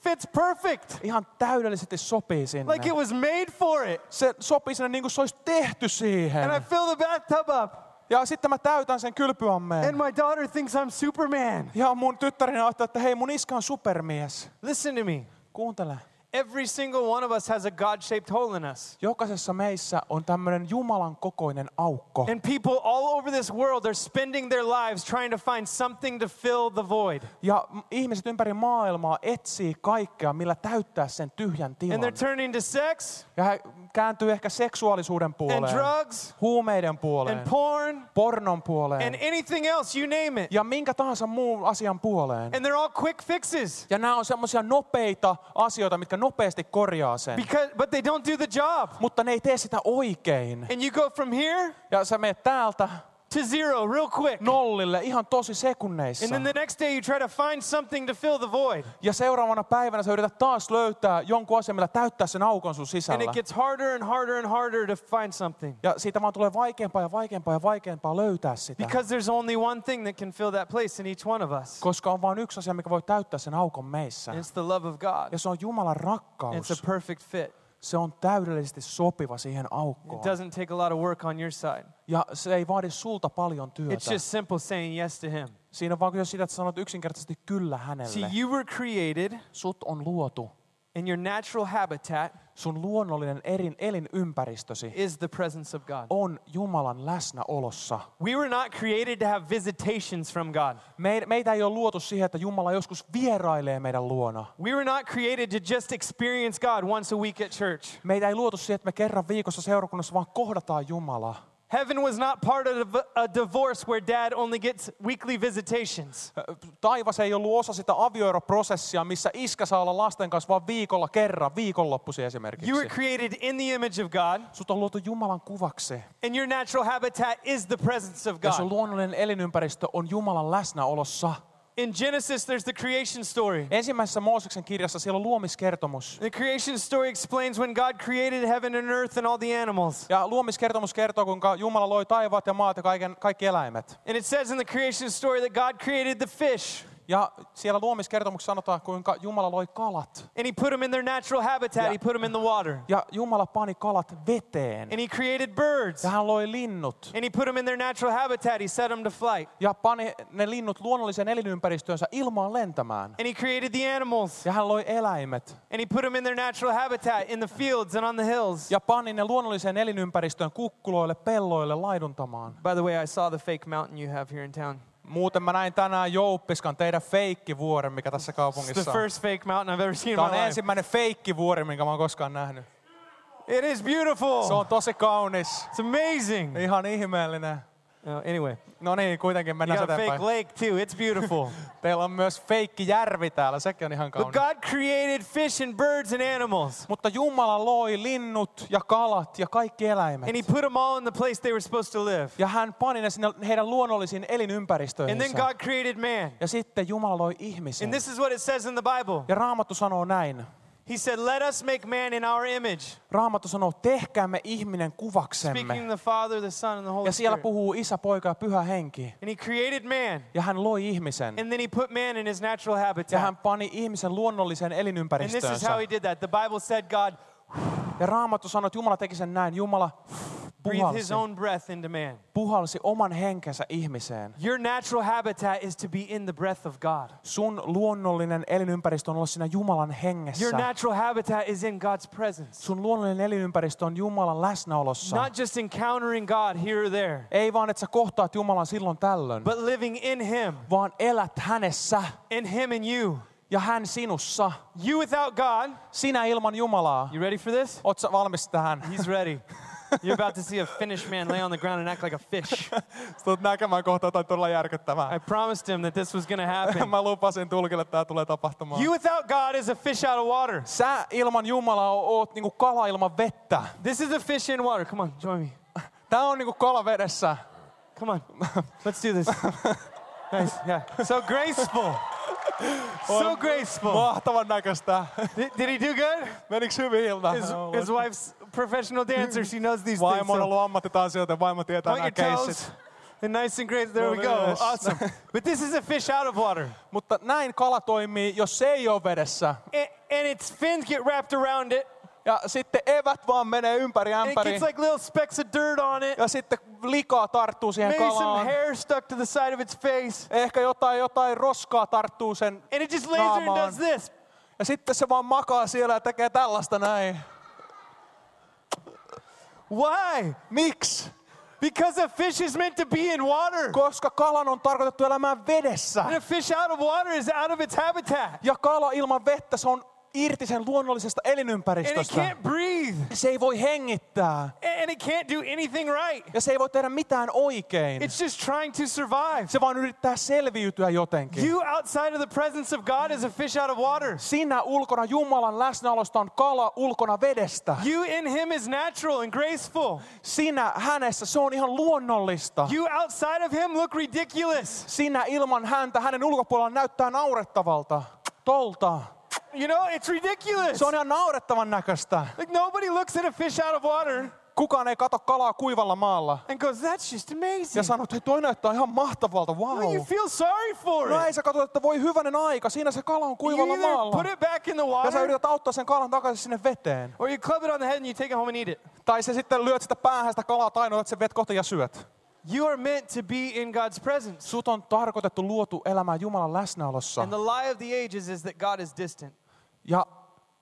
D: fits perfect,
C: Ihan täydellisesti sopii sinne.
D: like it was made for it.
C: Se sopii sinne niin kuin se olisi tehty siihen.
D: And I fill the bathtub up,
C: Ja sitten mä täytän sen
D: and
C: kylpyammeen.
D: my daughter thinks I'm Superman.
C: Ja mun tyttäreni ajattelee, että hei mun iska on supermies.
D: Listen to me.
C: Kuuntele.
D: Every single one of us has a God-shaped hole in us.
C: Jokaisessa meissä on tämmöinen Jumalan kokoinen aukko.
D: And people all over this world are spending their lives trying to find something to fill the void.
C: Ja m- ihmiset ympäri maailmaa etsii kaikkea, millä täyttää sen tyhjän tilan.
D: And they're turning to sex
C: Ja he kääntyy ehkä seksuaalisuuden
D: and
C: puoleen,
D: drugs
C: huumeiden puoleen,
D: and porn
C: Uh-huh. pornon puoleen
D: and anything else, you name it.
C: ja minkä tahansa muun asian puoleen.
D: And they're all quick fixes.
C: Ja nämä on semmoisia nopeita asioita, mitkä nopeasti korjaa sen.
D: Because but they don't do the job.
C: Mutta ne ei tee sitä oikein.
D: And you go from here
C: Ja sä menet täältä
D: to zero real quick.
C: nollille ihan tosi sekunneissa.
D: And then the next day you try to find something to fill the void.
C: Ja seuraavana päivänä sä yrität taas löytää jonkun asian, millä täyttää sen aukon sun
D: And
C: sisällä.
D: it gets harder and harder and harder to find something.
C: Ja siitä vaan tulee vaikeampaa ja vaikeampaa ja vaikeampaa löytää sitä.
D: Because there's only one thing that can fill that place in each one of us.
C: Koska on vain yksi asia, mikä voi täyttää sen aukon meissä.
D: And it's the love of God.
C: Ja se on Jumalan
D: And
C: rakkaus.
D: it's a perfect fit.
C: Se on täydellisesti sopiva siihen
D: It
C: aukkoon.
D: doesn't take a lot of work on your side.
C: Ja se ei vaadi sulta paljon työtä.
D: It's just simple saying yes to Him.
C: Siinä on vaan kyse siitä, että sanot yksinkertaisesti kyllä
D: See,
C: hänelle.
D: you were created
C: Sut on luotu.
D: and your natural habitat
C: Sun luonnollinen erin, elinympäristösi
D: is the presence of God.
C: on Jumalan läsnäolossa.
D: We were not created to have visitations from God.
C: Me, meitä ei ole luotu siihen, että Jumala joskus vierailee meidän luona.
D: We were not created to just experience God once a week at church.
C: Meitä ei luotu siihen, että me kerran viikossa seurakunnassa vaan kohdataan Jumala.
D: Heaven was not part of a divorce where dad only gets weekly visitations.
C: Ö, Taivas ei ollut osa sitä avioeroprosessia, missä iskä saa olla lasten kanssa vaan viikolla kerran, viikonloppuisin esimerkiksi.
D: You were created in the image of God,
C: Sut on luotu Jumalan kuvaksi.
D: and your natural habitat is the presence of
C: Ja sun
D: God.
C: luonnollinen elinympäristö on Jumalan läsnäolossa.
D: In Genesis, there's the creation story.
C: Ensimmäisessä Mooseksen kirjassa siellä on luomiskertomus.
D: The creation story explains when God created heaven and earth and all the animals.
C: Ja luomiskertomus kertoo, kuinka Jumala loi taivaat ja maat ja kaiken, kaikki eläimet.
D: And it says in the creation story that God created the fish
C: Ja siellä luomiskertomuksessa sanotaan, kuinka Jumala loi kalat.
D: and he put them in their natural habitat.
C: Yeah.
D: He put them in the water.
C: Ja Jumala pani kalat veteen.
D: And he created birds
C: Ja hän loi linnut.
D: and he put them in their natural habitat. He set them to flight.
C: Ja pani ne linnut luonnolliseen elinympäristöönsä ilmaan lentämään.
D: And he created the animals
C: Ja hän loi eläimet.
D: and he put them in their natural habitat in the fields and on the hills.
C: Ja pani ne luonnolliseen elinympäristöön kukkuloille, pelloille laiduntamaan.
D: By the way, I saw the fake mountain you have here in town.
C: Muuten mä näin tänään Jouppiskan teidän feikkivuoren, mikä tässä
D: It's the
C: kaupungissa on.
D: first fake mountain I've ever seen in
C: Tämä
D: my
C: on
D: life.
C: ensimmäinen feikkivuori, minkä mä oon koskaan nähnyt.
D: It is
C: Se on
D: beautiful.
C: tosi kaunis.
D: It's amazing.
C: Ihan ihmeellinen.
D: Oh, anyway,
C: No niin, kuitenkin
D: you
C: mennään
D: got a fake
C: eteenpäin.
D: lake too. It's [laughs] beautiful.
C: Teillä on myös feikki järvi täällä, sekin on ihan
D: But
C: kaunis.
D: God created fish and birds and animals,
C: Mutta Jumala loi linnut ja kalat ja kaikki eläimet.
D: and He put them all in the place they were supposed to live.
C: Ja hän pani ne sinne heidän luonnollisiin
D: And then
C: elinympäristöihinsä.
D: God created man.
C: Ja sitten Jumala loi ihmisen.
D: And this is what it says in the Bible
C: Ja Raamattu sanoo näin.
D: He said, Let us make man in our image.
C: Raamattu sanoo, tehkäämme ihminen kuvaksemme.
D: Speaking the Father, the Son, and the Holy
C: Ja siellä
D: Spirit.
C: puhuu isä, poika ja pyhä henki.
D: And He created man,
C: Ja hän loi ihmisen.
D: and then He put man in his natural
C: Ja hän
D: habitat.
C: pani ihmisen luonnolliseen
D: And this is how
C: elinympäristöönsä.
D: He did that. The Bible said God
C: Ja Raamattu sanoo, että Jumala teki sen näin. Jumala
D: breathe his
C: puhalsi,
D: own breath into man.
C: puhalsi oman henkensä ihmiseen.
D: Your natural habitat is to be in the breath of God.
C: Sun luonnollinen elinympäristö on olla siinä Jumalan
D: Your
C: hengessä.
D: natural habitat is in God's presence.
C: Sun luonnollinen elinympäristö on Jumalan läsnäolossa.
D: Not just encountering God here or there,
C: Ei vaan, että sä kohtaat Jumalan silloin tällöin,
D: but living in Him,
C: vaan elät hänessä
D: in Him and you.
C: ja hän sinussa.
D: You without God.
C: Sinä ilman Jumalaa.
D: You ready for this?
C: Oot sä valmis tähän?
D: He's
C: [laughs]
D: ready. You're about to see a Finnish man lay on the ground and act like a fish.
C: Sä tulet näkemään kohta jotain todella järkyttävää.
D: I promised him that this was going to happen.
C: [laughs] Mä lupasin tulkille, että tämä tulee tapahtumaan.
D: You without God is a fish out of water.
C: Sä ilman Jumalaa oot niinku kala ilman vettä.
D: This is a fish in water. Come on, join me.
C: Tää on niinku kala vedessä.
D: Come on. Let's do this. Nice. Yeah. So graceful. So graceful.
C: Mahtavan näköistä.
D: Did, did he do good?
C: Meniks hyvin ilta?
D: His, his wife's a professional dancer. She knows these things.
C: Vaimo on
D: So
C: ollut ammattitanssijoita, vaimo tietää
D: point
C: nämä
D: your toes.
C: keissit.
D: And nice and great. There we go. Awesome. But this is a fish out of water.
C: Mutta näin kala toimii, jos se ei ole vedessä.
D: And, and its fins get wrapped around it.
C: Ja sitten evät vaan menee ympäri
D: And it
C: ämpäri.
D: gets like little specks of dirt on it.
C: Ja sitten likaa tarttuu siihen
D: Maybe some
C: kalaan.
D: hair stuck to the side of its face.
C: Ehkä jotain, jotain roskaa tarttuu sen
D: And it just lays there and
C: naamaan.
D: does this.
C: Ja sitten se vaan makaa siellä ja tekee tällaista näin.
D: Why?
C: Miksi?
D: Because a fish is meant to be in water.
C: Koska kalan on tarkoitettu elämään vedessä.
D: And a fish out of water is out of its habitat.
C: Ja kala ilman vettä, se on irti sen luonnollisesta
D: And it
C: elinympäristöstä.
D: can't breathe.
C: Se ei voi hengittää.
D: And and it can't do anything right.
C: Ja se ei voi tehdä mitään oikein.
D: It's just trying to survive.
C: Se vaan yrittää selviytyä jotenkin.
D: You outside of the presence of God is a fish out of water.
C: Sinä ulkona Jumalan läsnäolosta on kala ulkona vedestä.
D: You in Him is natural and graceful.
C: Sinä hänessä, se on ihan luonnollista.
D: You outside of Him look ridiculous.
C: Sinä ilman häntä, hänen ulkopuolellaan näyttää naurettavalta. Tolta.
D: You know, it's ridiculous.
C: Se on ihan naurettavan näköistä.
D: Like nobody looks at a fish out of water
C: Kukaan ei kato kalaa kuivalla maalla.
D: and goes, that's just
C: Ja
D: amazing.
C: sanoo, että "Hei, toi näyttää ihan mahtavalta,
D: Well,
C: wow.
D: you feel sorry for
C: No
D: it.
C: ei sä katsot, että voi hyvänen aika, siinä se kala on
D: You
C: kuivalla
D: either
C: maalla.
D: put it back in the
C: Ja sä
D: water
C: yrität auttaa sen kalan takaisin sinne veteen.
D: or you club it on the head and you take it home and eat it.
C: Tai sä sitten lyöt sitä päähän sitä kalaa tai noit sen vet kohta ja syöt.
D: You are meant to be in God's presence.
C: Sut on tarkoitettu luotu elämään Jumalan läsnäolossa.
D: And the lie of the ages is that God is distant.
C: Ja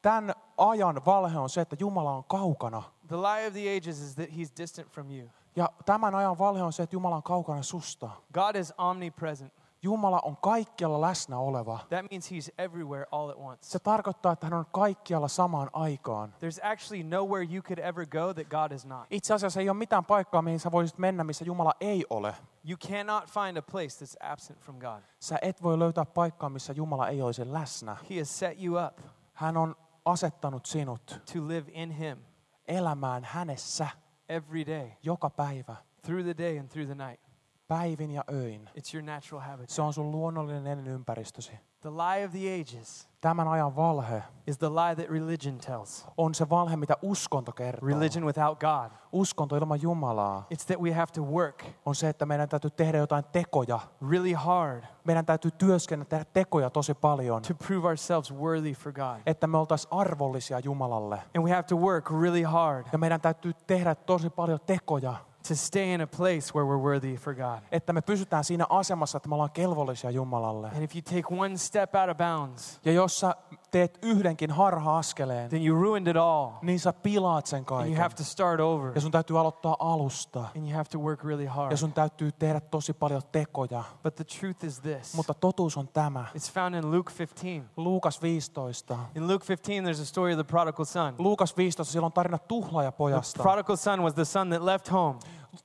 C: tämän ajan valhe on se, että Jumala on kaukana.
D: The lie of the ages is that he's distant from you.
C: Ja tämän ajan valhe on se, että Jumala on kaukana susta.
D: God is omnipresent.
C: Jumala on kaikkialla läsnä oleva.
D: That means he's everywhere all at once.
C: Se tarkoittaa, että hän on kaikkialla samaan aikaan.
D: There's actually nowhere you could ever go that God is not.
C: Itse asiassa ei ole mitään paikkaa, mihin sä voisit mennä, missä Jumala ei ole.
D: You cannot find a place that's absent from God.
C: Sä et voi löytää paikkaa, missä Jumala ei olisi läsnä.
D: He has set you up
C: Hän on asettanut sinut
D: to live in him
C: elämään hänessä
D: every day,
C: joka päivä,
D: through the day and through the night.
C: päivin ja öin.
D: It's your natural habit.
C: Se on sun luonnollinen elinympäristösi.
D: The lie of the ages
C: Tämän ajan valhe
D: is the lie that religion tells.
C: on se valhe, mitä uskonto kertoo.
D: Religion without God.
C: Uskonto ilman Jumalaa
D: It's that we have to work
C: on se, että meidän täytyy tehdä jotain tekoja.
D: really hard
C: Meidän täytyy työskennellä, tehdä tekoja tosi paljon,
D: to prove ourselves worthy for God.
C: että me oltaisiin arvollisia Jumalalle.
D: And we have to work really hard
C: Ja meidän täytyy tehdä tosi paljon tekoja,
D: to stay in a place where we're worthy for God.
C: että me pysytään siinä asemassa, että me ollaan kelvollisia Jumalalle.
D: And if you take one step out of bounds,
C: Ja jos sä teet yhdenkin harha-askeleen,
D: then you ruined it all.
C: niin sä pilaat sen
D: And you
C: kaiken.
D: have to start over.
C: Ja sun täytyy aloittaa alusta.
D: And you have to work really
C: Ja
D: hard.
C: sun täytyy tehdä tosi paljon tekoja.
D: But the truth is this
C: Mutta totuus on tämä.
D: it's found in Luke 15.
C: Luukas 15.
D: In Luke 15, there's a story of the prodigal son.
C: Luukas 15, siellä on tarina
D: The
C: tuhlaajapojasta.
D: prodigal son was the son that left home.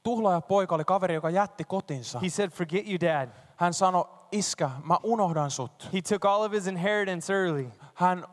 C: Tuhlaajapoika oli kaveri, joka jätti kotinsa.
D: He said, Forget you, dad.
C: Hän sanoi, iskä, mä unohdan sut.
D: He took all of his inheritance early
C: Hän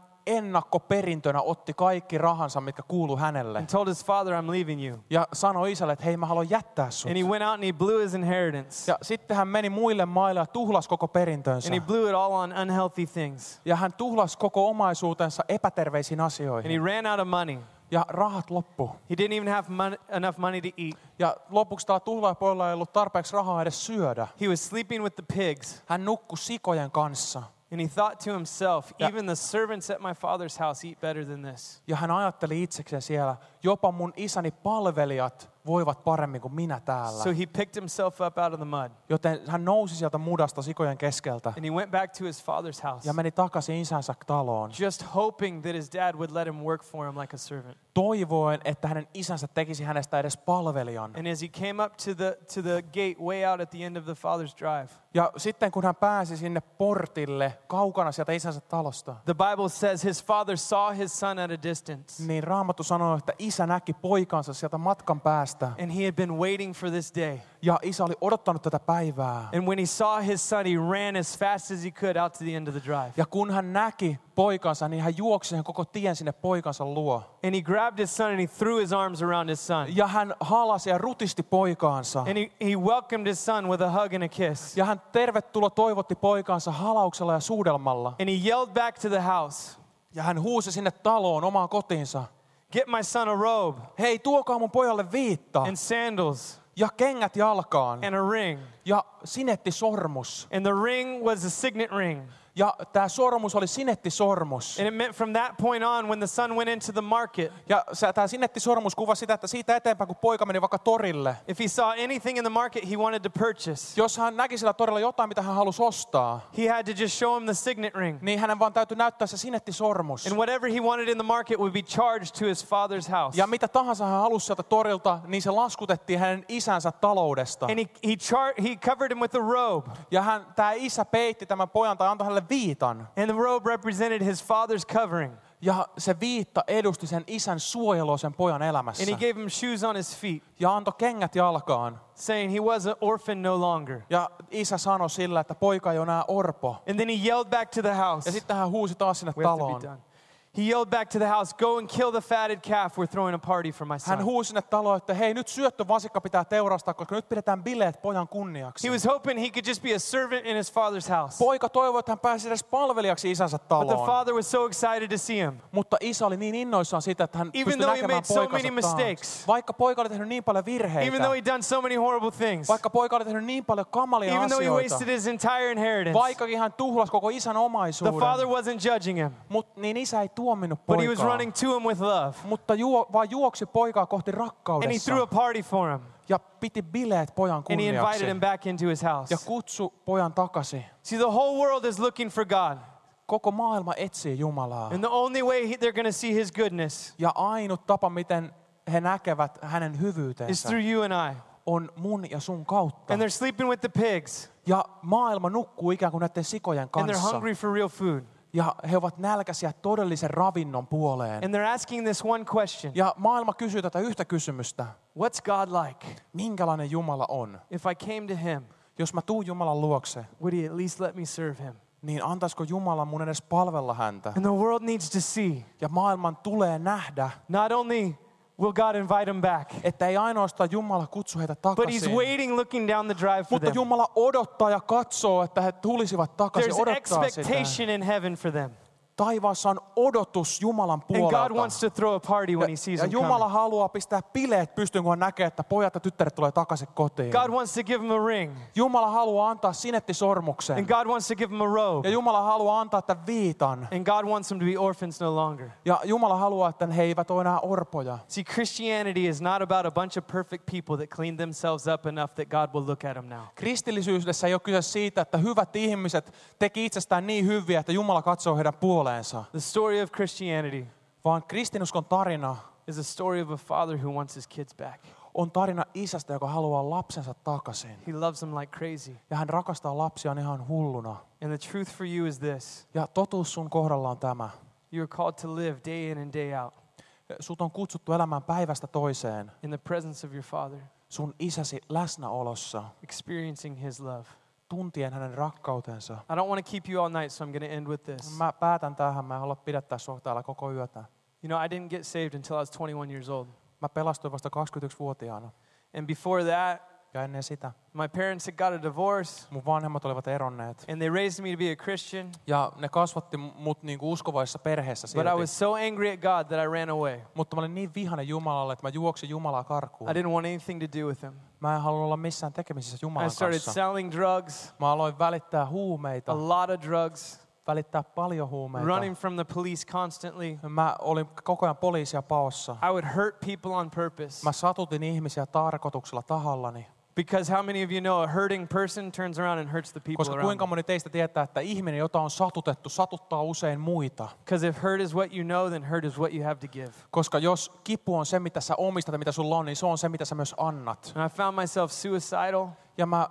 C: ennakkoperintönä otti kaikki rahansa, mitkä kuulu hänelle.
D: and told his father, I'm leaving you.
C: Ja sanoi isälle, että hei mä haluan jättää sut.
D: And he went out and he blew his inheritance.
C: Ja sitten hän meni muille maille ja tuhlasi koko perintönsä.
D: And he blew it all on unhealthy things.
C: Ja hän tuhlasi koko omaisuutensa epäterveisiin
D: And he
C: asioihin.
D: ran out of money.
C: Ja rahat loppu.
D: He didn't even have mon- enough money to eat.
C: Ja lopuksi tällä tuhlaajapoilla ei ollut tarpeeksi rahaa edes syödä.
D: He was sleeping with the pigs.
C: Hän nukkui sikojen kanssa.
D: And he thought to himself,
C: Yeah.
D: Even the servants at my father's house eat better than this.
C: Ja hän ajatteli itsekseen siellä, jopa mun isäni palvelijat voivat paremmin kuin minä täällä.
D: So he picked himself up out of the mud
C: Joten hän nousi sieltä mudasta sikojen keskeltä
D: and he went back to his father's house,
C: ja meni takaisin isänsä taloon,
D: just hoping that his dad would let him work for him like a servant.
C: toivoen, että hänen isänsä tekisi hänestä edes palvelijan.
D: And as he came up to the, to the gate way out at the end of the father's drive,
C: Ja sitten kun hän pääsi sinne portille kaukana sieltä isänsä talosta,
D: the Bible says his father saw his son at a distance
C: niin Raamattu sanoo, että isä näki poikansa sieltä matkan päästä.
D: and he had been waiting for this day.
C: Ja isä oli odottanut tätä päivää.
D: And when he saw his son, he ran as fast as he could out to the end of the drive.
C: Ja kun hän näki poikansa, niin hän juoksi sen koko tien sinne poikansa luo.
D: And he grabbed his son and he threw his arms around his son.
C: Ja hän halasi ja rutisti poikaansa.
D: And he, he welcomed his son with a hug and a kiss.
C: Ja hän tervetuloa toivotti poikaansa halauksella ja suudelmalla.
D: And he yelled back to the house,
C: Ja hän huusi sinne taloon omaan kotiinsa.
D: Get my son a robe
C: Hei, tuokaa mun pojalle viitta
D: and sandals
C: ja kengät jalkaan
D: and a ring.
C: ja sinetti sormus.
D: And the ring was a signet ring.
C: Ja tämä sormus oli sinetti sormus.
D: And it meant from that point on, when the son went into the market,
C: Ja tämä sinetti sormus kuvasi sitä, että siitä eteenpäin kun poika meni vaikka torille,
D: if he saw anything in the market he wanted to purchase,
C: jos hän näki sillä torilla jotain, mitä hän halusi ostaa,
D: he had to just show him the signet ring.
C: niin hänen vaan täytyy näyttää se sinetti sormus.
D: And whatever he wanted in the market would be charged to his father's house.
C: Ja mitä tahansa hän halusi sieltä torilta, niin se laskutettiin hänen isänsä taloudesta.
D: And he, he, char- he covered him with a robe.
C: Ja hän, tämä isä peitti tämän pojan tai antoi hänelle viitan.
D: And the robe represented his father's covering.
C: Ja se viitta edusti sen isän suojelua sen pojan elämässä.
D: And he gave him shoes on his feet,
C: Ja antoi kengät jalkaan.
D: saying he was an orphan no longer.
C: Ja isä sanoi sillä, että poika ei ole enää orpo.
D: And then he yelled back to the house.
C: Ja sitten hän huusi taas sinne
D: We have to be done.
C: taloon.
D: He yelled back to the house, Go and kill the fatted calf. We're throwing a party for my
C: Hän
D: son.
C: huusi sinne taloon, että hei nyt syöttö vasikka pitää teurastaa, koska nyt pidetään bileet pojan kunniaksi.
D: He was hoping he could just be a servant in his father's house.
C: Poika toivoi, että hän pääsi edes palvelijaksi isänsä
D: But the
C: taloon.
D: father was so excited to see him.
C: Mutta isä oli niin innoissaan siitä, että hän
D: Even
C: pystyi
D: though he
C: näkemään
D: made so
C: poikansa
D: many
C: taas.
D: mistakes.
C: Vaikka poika oli tehnyt niin paljon virheitä,
D: Even though he'd done so many horrible things.
C: vaikka poika oli tehnyt niin paljon kamalia
D: Even though he
C: asioita,
D: wasted his entire inheritance.
C: vaikkakin hän tuhlasi koko isän
D: The father
C: omaisuuden,
D: wasn't judging him,
C: mut, niin isä ei tuominnut
D: but he was
C: poikaa.
D: running to him with love.
C: Mutta juo, vaan juoksi poikaa kohti
D: And he
C: rakkaudessa
D: threw a party for him.
C: ja piti bileet pojan
D: And he
C: kunniaksi
D: invited him back into his house.
C: ja kutsu pojan takaisin.
D: See, the whole world is looking for God.
C: Koko maailma etsii Jumalaa.
D: And the only way he- they're going to see his goodness
C: Ja ainut tapa, miten he näkevät hänen
D: is
C: hyvyytensä,
D: through you and I.
C: on mun ja sun kautta.
D: And they're sleeping with the pigs.
C: Ja maailma nukkuu ikään kuin näiden sikojen
D: And they're
C: kanssa.
D: hungry for real food.
C: Ja he ovat nälkäisiä todellisen ravinnon puoleen.
D: And they're asking this one question
C: Ja maailma kysyy tätä yhtä kysymystä.
D: What's God like?
C: Minkälainen Jumala on?
D: If I came to him,
C: Jos mä tuun Jumalan luokse,
D: would he at least let me serve him?
C: niin antaisiko Jumala mun edes palvella häntä?
D: And the world needs to see
C: Ja maailman tulee nähdä,
D: not only will God invite him back,
C: että ei ainoastaan Jumala kutsu heitä
D: but he's
C: takaisin,
D: waiting, looking down the drive for
C: mutta
D: them.
C: Jumala odottaa ja katsoo, että he tulisivat takaisin.
D: There's
C: Odottaa sitä.
D: expectation in heaven for them.
C: Taivaassa on odotus Jumalan
D: And God
C: puolelta.
D: wants to throw a party when he sees
C: ja
D: them
C: Jumala
D: coming.
C: haluaa pistää bileet pystyyn, kun hän näkee, että pojat ja tyttäret tulee takaisin kotiin.
D: God wants to give him a ring.
C: Jumala haluaa antaa sinettisormuksen.
D: And God wants to give him a robe.
C: Ja Jumala haluaa antaa tämän viitan.
D: And God wants them to be orphans no longer.
C: Ja Jumala haluaa, että he eivät ole enää orpoja.
D: See, Christianity is not about a bunch of perfect people that cleaned themselves up enough that God will look at them now.
C: Kristillisyydessä ei ole kyse siitä, että hyvät ihmiset teki itsestään niin hyviä, että Jumala katsoo heidän puoleensa.
D: The story of Christianity
C: Vaan kristinuskon tarina
D: is a story of a father who wants his kids back.
C: on tarina isästä, joka haluaa lapsensa takaisin.
D: He loves them like crazy.
C: Ja hän rakastaa lapsiaan ihan hulluna.
D: And the truth for you is this
C: Ja totuus sun kohdalla on tämä.
D: you're called to live day in and day out
C: Sut on kutsuttu elämään päivästä toiseen.
D: in the presence of your father,
C: sun isäsi läsnäolossa,
D: experiencing his love.
C: tuntien hänen rakkautensa.
D: I don't want to keep you all night, so I'm going to end with this.
C: Mä päätän tähän, mä en halua pidättää sua täällä koko yötä.
D: You know, I didn't get saved until I was 21 years old.
C: Mä pelastuin vasta 21-vuotiaana
D: And before that,
C: ja ennen sitä.
D: my parents had got a divorce
C: Mun vanhemmat olivat eronneet.
D: and they raised me to be a Christian.
C: Ja ne kasvatti mut niinku uskovaisessa perheessä
D: But I
C: silti.
D: was so angry at God that I ran away.
C: Mutta mä olin niin vihainen Jumalalle, että mä juoksin Jumalaa karkuun.
D: I didn't want anything to do with him.
C: Mä en halua olla missään tekemisissä
D: I
C: Jumalan
D: started
C: kanssa.
D: selling drugs,
C: Mä aloin välittää huumeita,
D: a lot of drugs.
C: välittää paljon huumeita.
D: running from the police constantly.
C: Mä olin koko ajan poliisia paossa.
D: I would hurt people on purpose.
C: Mä satutin ihmisiä tarkoituksella tahallani.
D: Because how many of you know a hurting person turns around and hurts the people
C: Koska
D: around?
C: kuinka
D: them?
C: moni teistä tietää, että ihminen, jota on satutettu, satuttaa usein muita.
D: Because if hurt is what you know, then hurt is what you have to give.
C: Koska jos kipu on se, mitä sä omistat ja mitä sulla on, niin se on se, mitä sä myös annat.
D: And I found myself suicidal,
C: Ja mä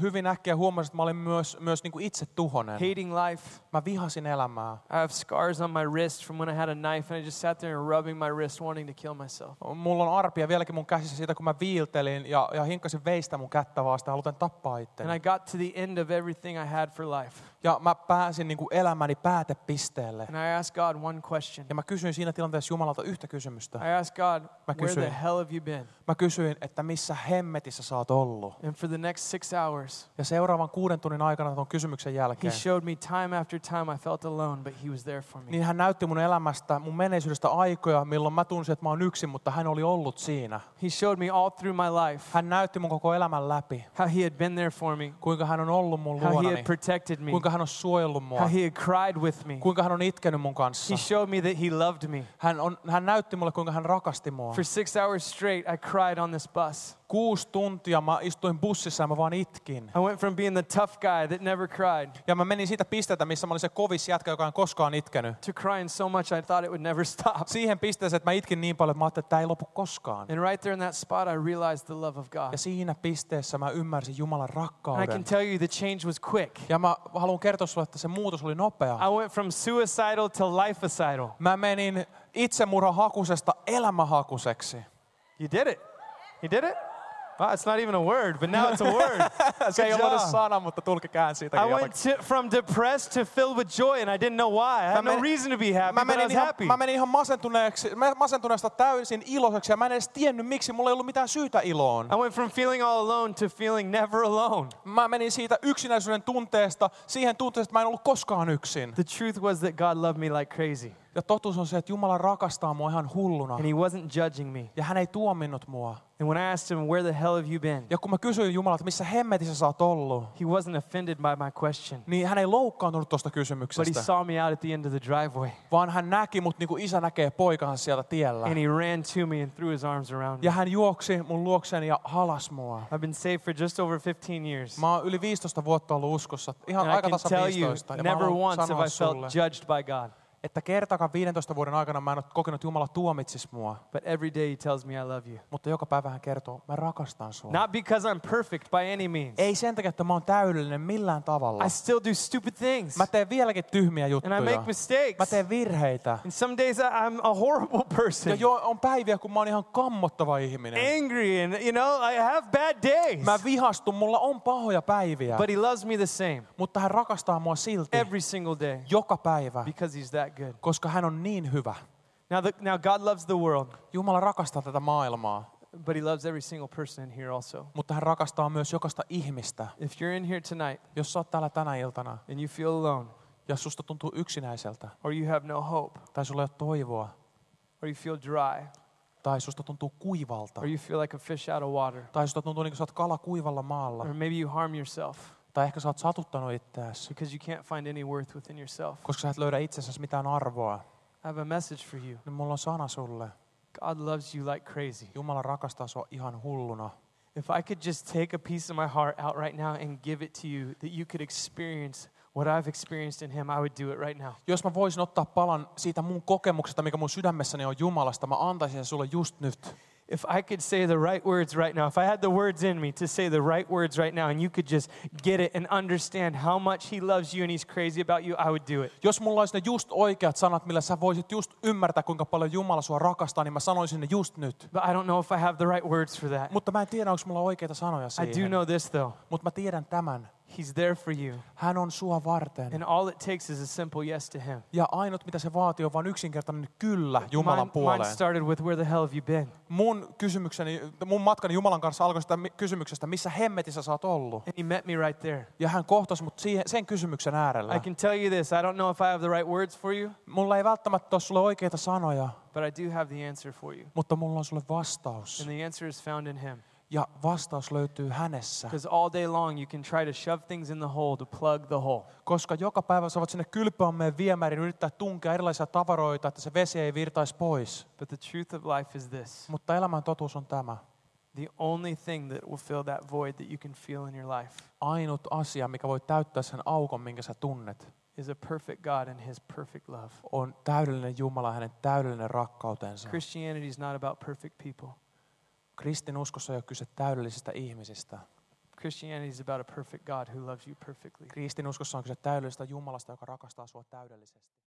C: hyvin äkkiä huomasin, että mä olin myös, myös niin kuin itse tuhonen.
D: hating life.
C: Mä vihasin elämää.
D: I have scars on my wrist from when I had a knife, and I just sat there and rubbing my wrist, wanting to kill myself.
C: Mulla on arpia vieläkin mun käsissä siitä, kun mä viiltelin ja, ja hinkkasin veistä mun kättä vasta, haluten tappaa
D: And I
C: itteni.
D: got to the end of everything I had for life.
C: Ja mä pääsin niin kuin elämäni päätepisteelle.
D: And I asked God one question
C: Ja mä kysyin siinä tilanteessa Jumalalta yhtä kysymystä.
D: I asked God,
C: Mä
D: Where the
C: kysyin.
D: hell have you been?
C: Mä kysyin, että missä hemmetissä sä oot ollut?
D: And for the next six hours,
C: Ja seuraavan kuuden tunnin aikana tuon kysymyksen
D: He
C: jälkeen,
D: showed me time after time I felt alone, but He was there for me.
C: niin hän näytti mun elämästä, mun menneisyydestä aikoja, milloin mä tunsin, että mä oon yksin, mutta hän oli ollut siinä.
D: He showed me all through my life
C: Hän näytti mun koko elämän läpi,
D: how He had been there for me,
C: kuinka hän on ollut mun
D: how He
C: luonani,
D: had protected me,
C: kuinka hän on suojellut mua,
D: how He had cried with me.
C: kuinka hän on itkenyt mun kanssa.
D: He showed me that He loved me.
C: Hän, on, hän näytti mulle, kuinka hän rakasti mua.
D: For six hours straight, I cried on this bus.
C: Kuusi tuntia mä istuin bussissa ja mä vaan itkin.
D: I went from being the tough guy that never cried
C: Ja mä menin siitä pisteeltä, missä mä olin se kovis jätkä, joka on koskaan itkenyt.
D: to crying so much I thought it would never [laughs] stop.
C: Siihen pisteeseen, että mä itkin niin paljon, että mä ajattelin, että tämä ei lopu koskaan.
D: And right there in that spot, I realized the love of God.
C: Ja siinä pisteessä mä ymmärsin Jumalan
D: And I can
C: rakkauden.
D: tell you the change was quick.
C: Ja mä haluan kertoa sulle, että se muutos oli nopea.
D: I went from suicidal to lifeacidal.
C: Mä menin itsemurhahakusesta elämähakuseksi.
D: You did it. You did it? Wow, it's not even a word, but now it's a word.
C: Se ei
D: Good
C: ole edes
D: job.
C: sana, mutta tulki kään siitä
D: I went to, from depressed to filled with joy, and I didn't know why. I had no reason to be happy, but I
C: mä menin,
D: was
C: ihan,
D: happy.
C: mä menin ihan masentuneeksi, mä- masentuneesta täysin iloiseksi ja mä en edes tiennyt miksi, mulla ei ollut mitään syytä iloon.
D: I went from feeling all alone to feeling never alone.
C: Mä menin siitä yksinäisyyden tunteesta siihen tunteeseen, että mä en ollut koskaan yksin.
D: The truth was that God loved me like crazy,
C: Ja totuus on se, että Jumala rakastaa mua ihan hulluna.
D: and He wasn't judging me.
C: Ja hän ei tuominnut mua.
D: And when I asked Him, Where the hell have you been?
C: Ja kun mä kysyin Jumalalta, missä hemmetissä sä oot ollut,
D: He wasn't offended by my question,
C: niin hän ei loukkaantunut tuosta
D: but He
C: kysymyksestä.
D: saw me out at the end of the driveway,
C: vaan hän näki mut niin kuin isä näkee poikansa sieltä tiellä.
D: and He ran to me and threw His arms around me.
C: Ja hän juoksi mun luokseni ja halas mua.
D: I've been saved for just over 15 years.
C: Mä oon yli 15 vuotta ollut uskossa. Ihan
D: And I
C: aika
D: can
C: tasa
D: tell you,
C: 15. Ja mä
D: never
C: haluan
D: once have
C: sanoa
D: I
C: sulle,
D: felt judged by God.
C: että kertaakaan 15 vuoden aikana mä en ole kokenut, että Jumala tuomitsis mua.
D: But every day He tells me, I love you.
C: Mutta joka päivä hän kertoo, mä rakastan sua.
D: Not because I'm perfect by any means.
C: Ei sen takia, että mä oon täydellinen millään tavalla.
D: I still do stupid things.
C: Mä teen vieläkin tyhmiä
D: And I
C: juttuja.
D: make mistakes.
C: Mä teen virheitä.
D: And some days I, I'm a horrible [laughs]
C: Ja
D: person.
C: jo on päiviä, kun mä oon ihan kammottava ihminen.
D: angry and, you know, I have bad days.
C: Mä vihastun, mulla on pahoja päiviä.
D: But He loves me the same
C: Mutta hän rakastaa mua silti.
D: every single day
C: joka päivä,
D: because He's that good.
C: koska hän on niin hyvä.
D: Now, the, now God loves the world,
C: Jumala rakastaa tätä maailmaa,
D: but He loves every single person in here also.
C: mutta hän rakastaa myös jokaista ihmistä.
D: If you're in here tonight
C: Jos sä oot täällä tänä iltana
D: and you feel alone,
C: ja susta tuntuu yksinäiseltä,
D: or you have no hope,
C: tai sulla ei ole toivoa,
D: or you feel dry,
C: tai susta tuntuu kuivalta,
D: or you feel like a fish out of water,
C: tai susta tuntuu niin kuin sä oot kala kuivalla maalla,
D: or maybe you harm yourself
C: tai ehkä sä oot satuttanut itseäsi,
D: because you can't find any worth within yourself.
C: koska sä et löydä itsessäsi mitään arvoa,
D: I have a message for you.
C: niin mulla on sana sulle.
D: God loves you like crazy.
C: Jumala rakastaa sua ihan hulluna.
D: If I could just take a piece of my heart out right now and give it to you, that you could experience what I've experienced in Him, I would do it right now.
C: Jos mä voisin ottaa palan siitä mun kokemuksesta, mikä mun sydämessäni on Jumalasta, mä antaisin sen sulle just nyt.
D: If I could say the right words right now, if I had the words in me to say the right words right now, and you could just get it and understand how much He loves you and He's crazy about you, I would do it.
C: Jos mulla olisi ne just oikeat sanat, millä sä voisit just ymmärtää, kuinka paljon Jumala sua rakastaa, niin mä sanoisin ne just nyt.
D: But I don't know if I have the right words for that.
C: Mutta mä en tiedä, onko mulla oikeita sanoja
D: I do
C: siihen.
D: know this though
C: Mutta mä tiedän tämän.
D: He's there for you.
C: Hän on sua varten.
D: And all it takes is a simple yes to Him.
C: Ja ainut, mitä se vaatii, on vain yksinkertainen kyllä
D: Mine,
C: Jumalan
D: mine
C: puoleen.
D: started with, Where the hell have you been?
C: Mun kysymykseni, mun matkani Jumalan kanssa alkoi sitä mi- kysymyksestä, missä hemmetissä sä oot ollut.
D: And He met me right there.
C: Ja hän kohtasi mut siihen, sen kysymyksen
D: I
C: äärellä.
D: can tell you this I don't know if I have the right words for you,
C: Mulla ei välttämättä ole sulle oikeita sanoja,
D: but I do have the answer for you.
C: mutta mulla on sulle vastaus.
D: niin- And the answer is found in Him.
C: Ja vastaus löytyy hänessä.
D: Because all day long you can try to shove things in the hole to plug the hole.
C: Koska joka päivä sä voit sinne kylpyammeen viemäriin yrittää tunkea erilaisia tavaroita, että se vesi ei virtaisi pois.
D: But the truth of life is this
C: Mutta elämän totuus on tämä.
D: the only thing that will fill that void that you can feel in your life
C: Ainut asia, mikä voi täyttää sen aukon, minkä sä tunnet,
D: is a perfect God and His perfect love.
C: on täydellinen Jumala ja hänen täydellinen rakkautensa.
D: Christianity is not about perfect people,
C: Kristinuskossa ei ole kyse täydellisistä ihmisistä.
D: Christianity is about a perfect God who loves you perfectly.
C: Kristinuskossa on kyse täydellisestä Jumalasta, joka rakastaa sua täydellisesti.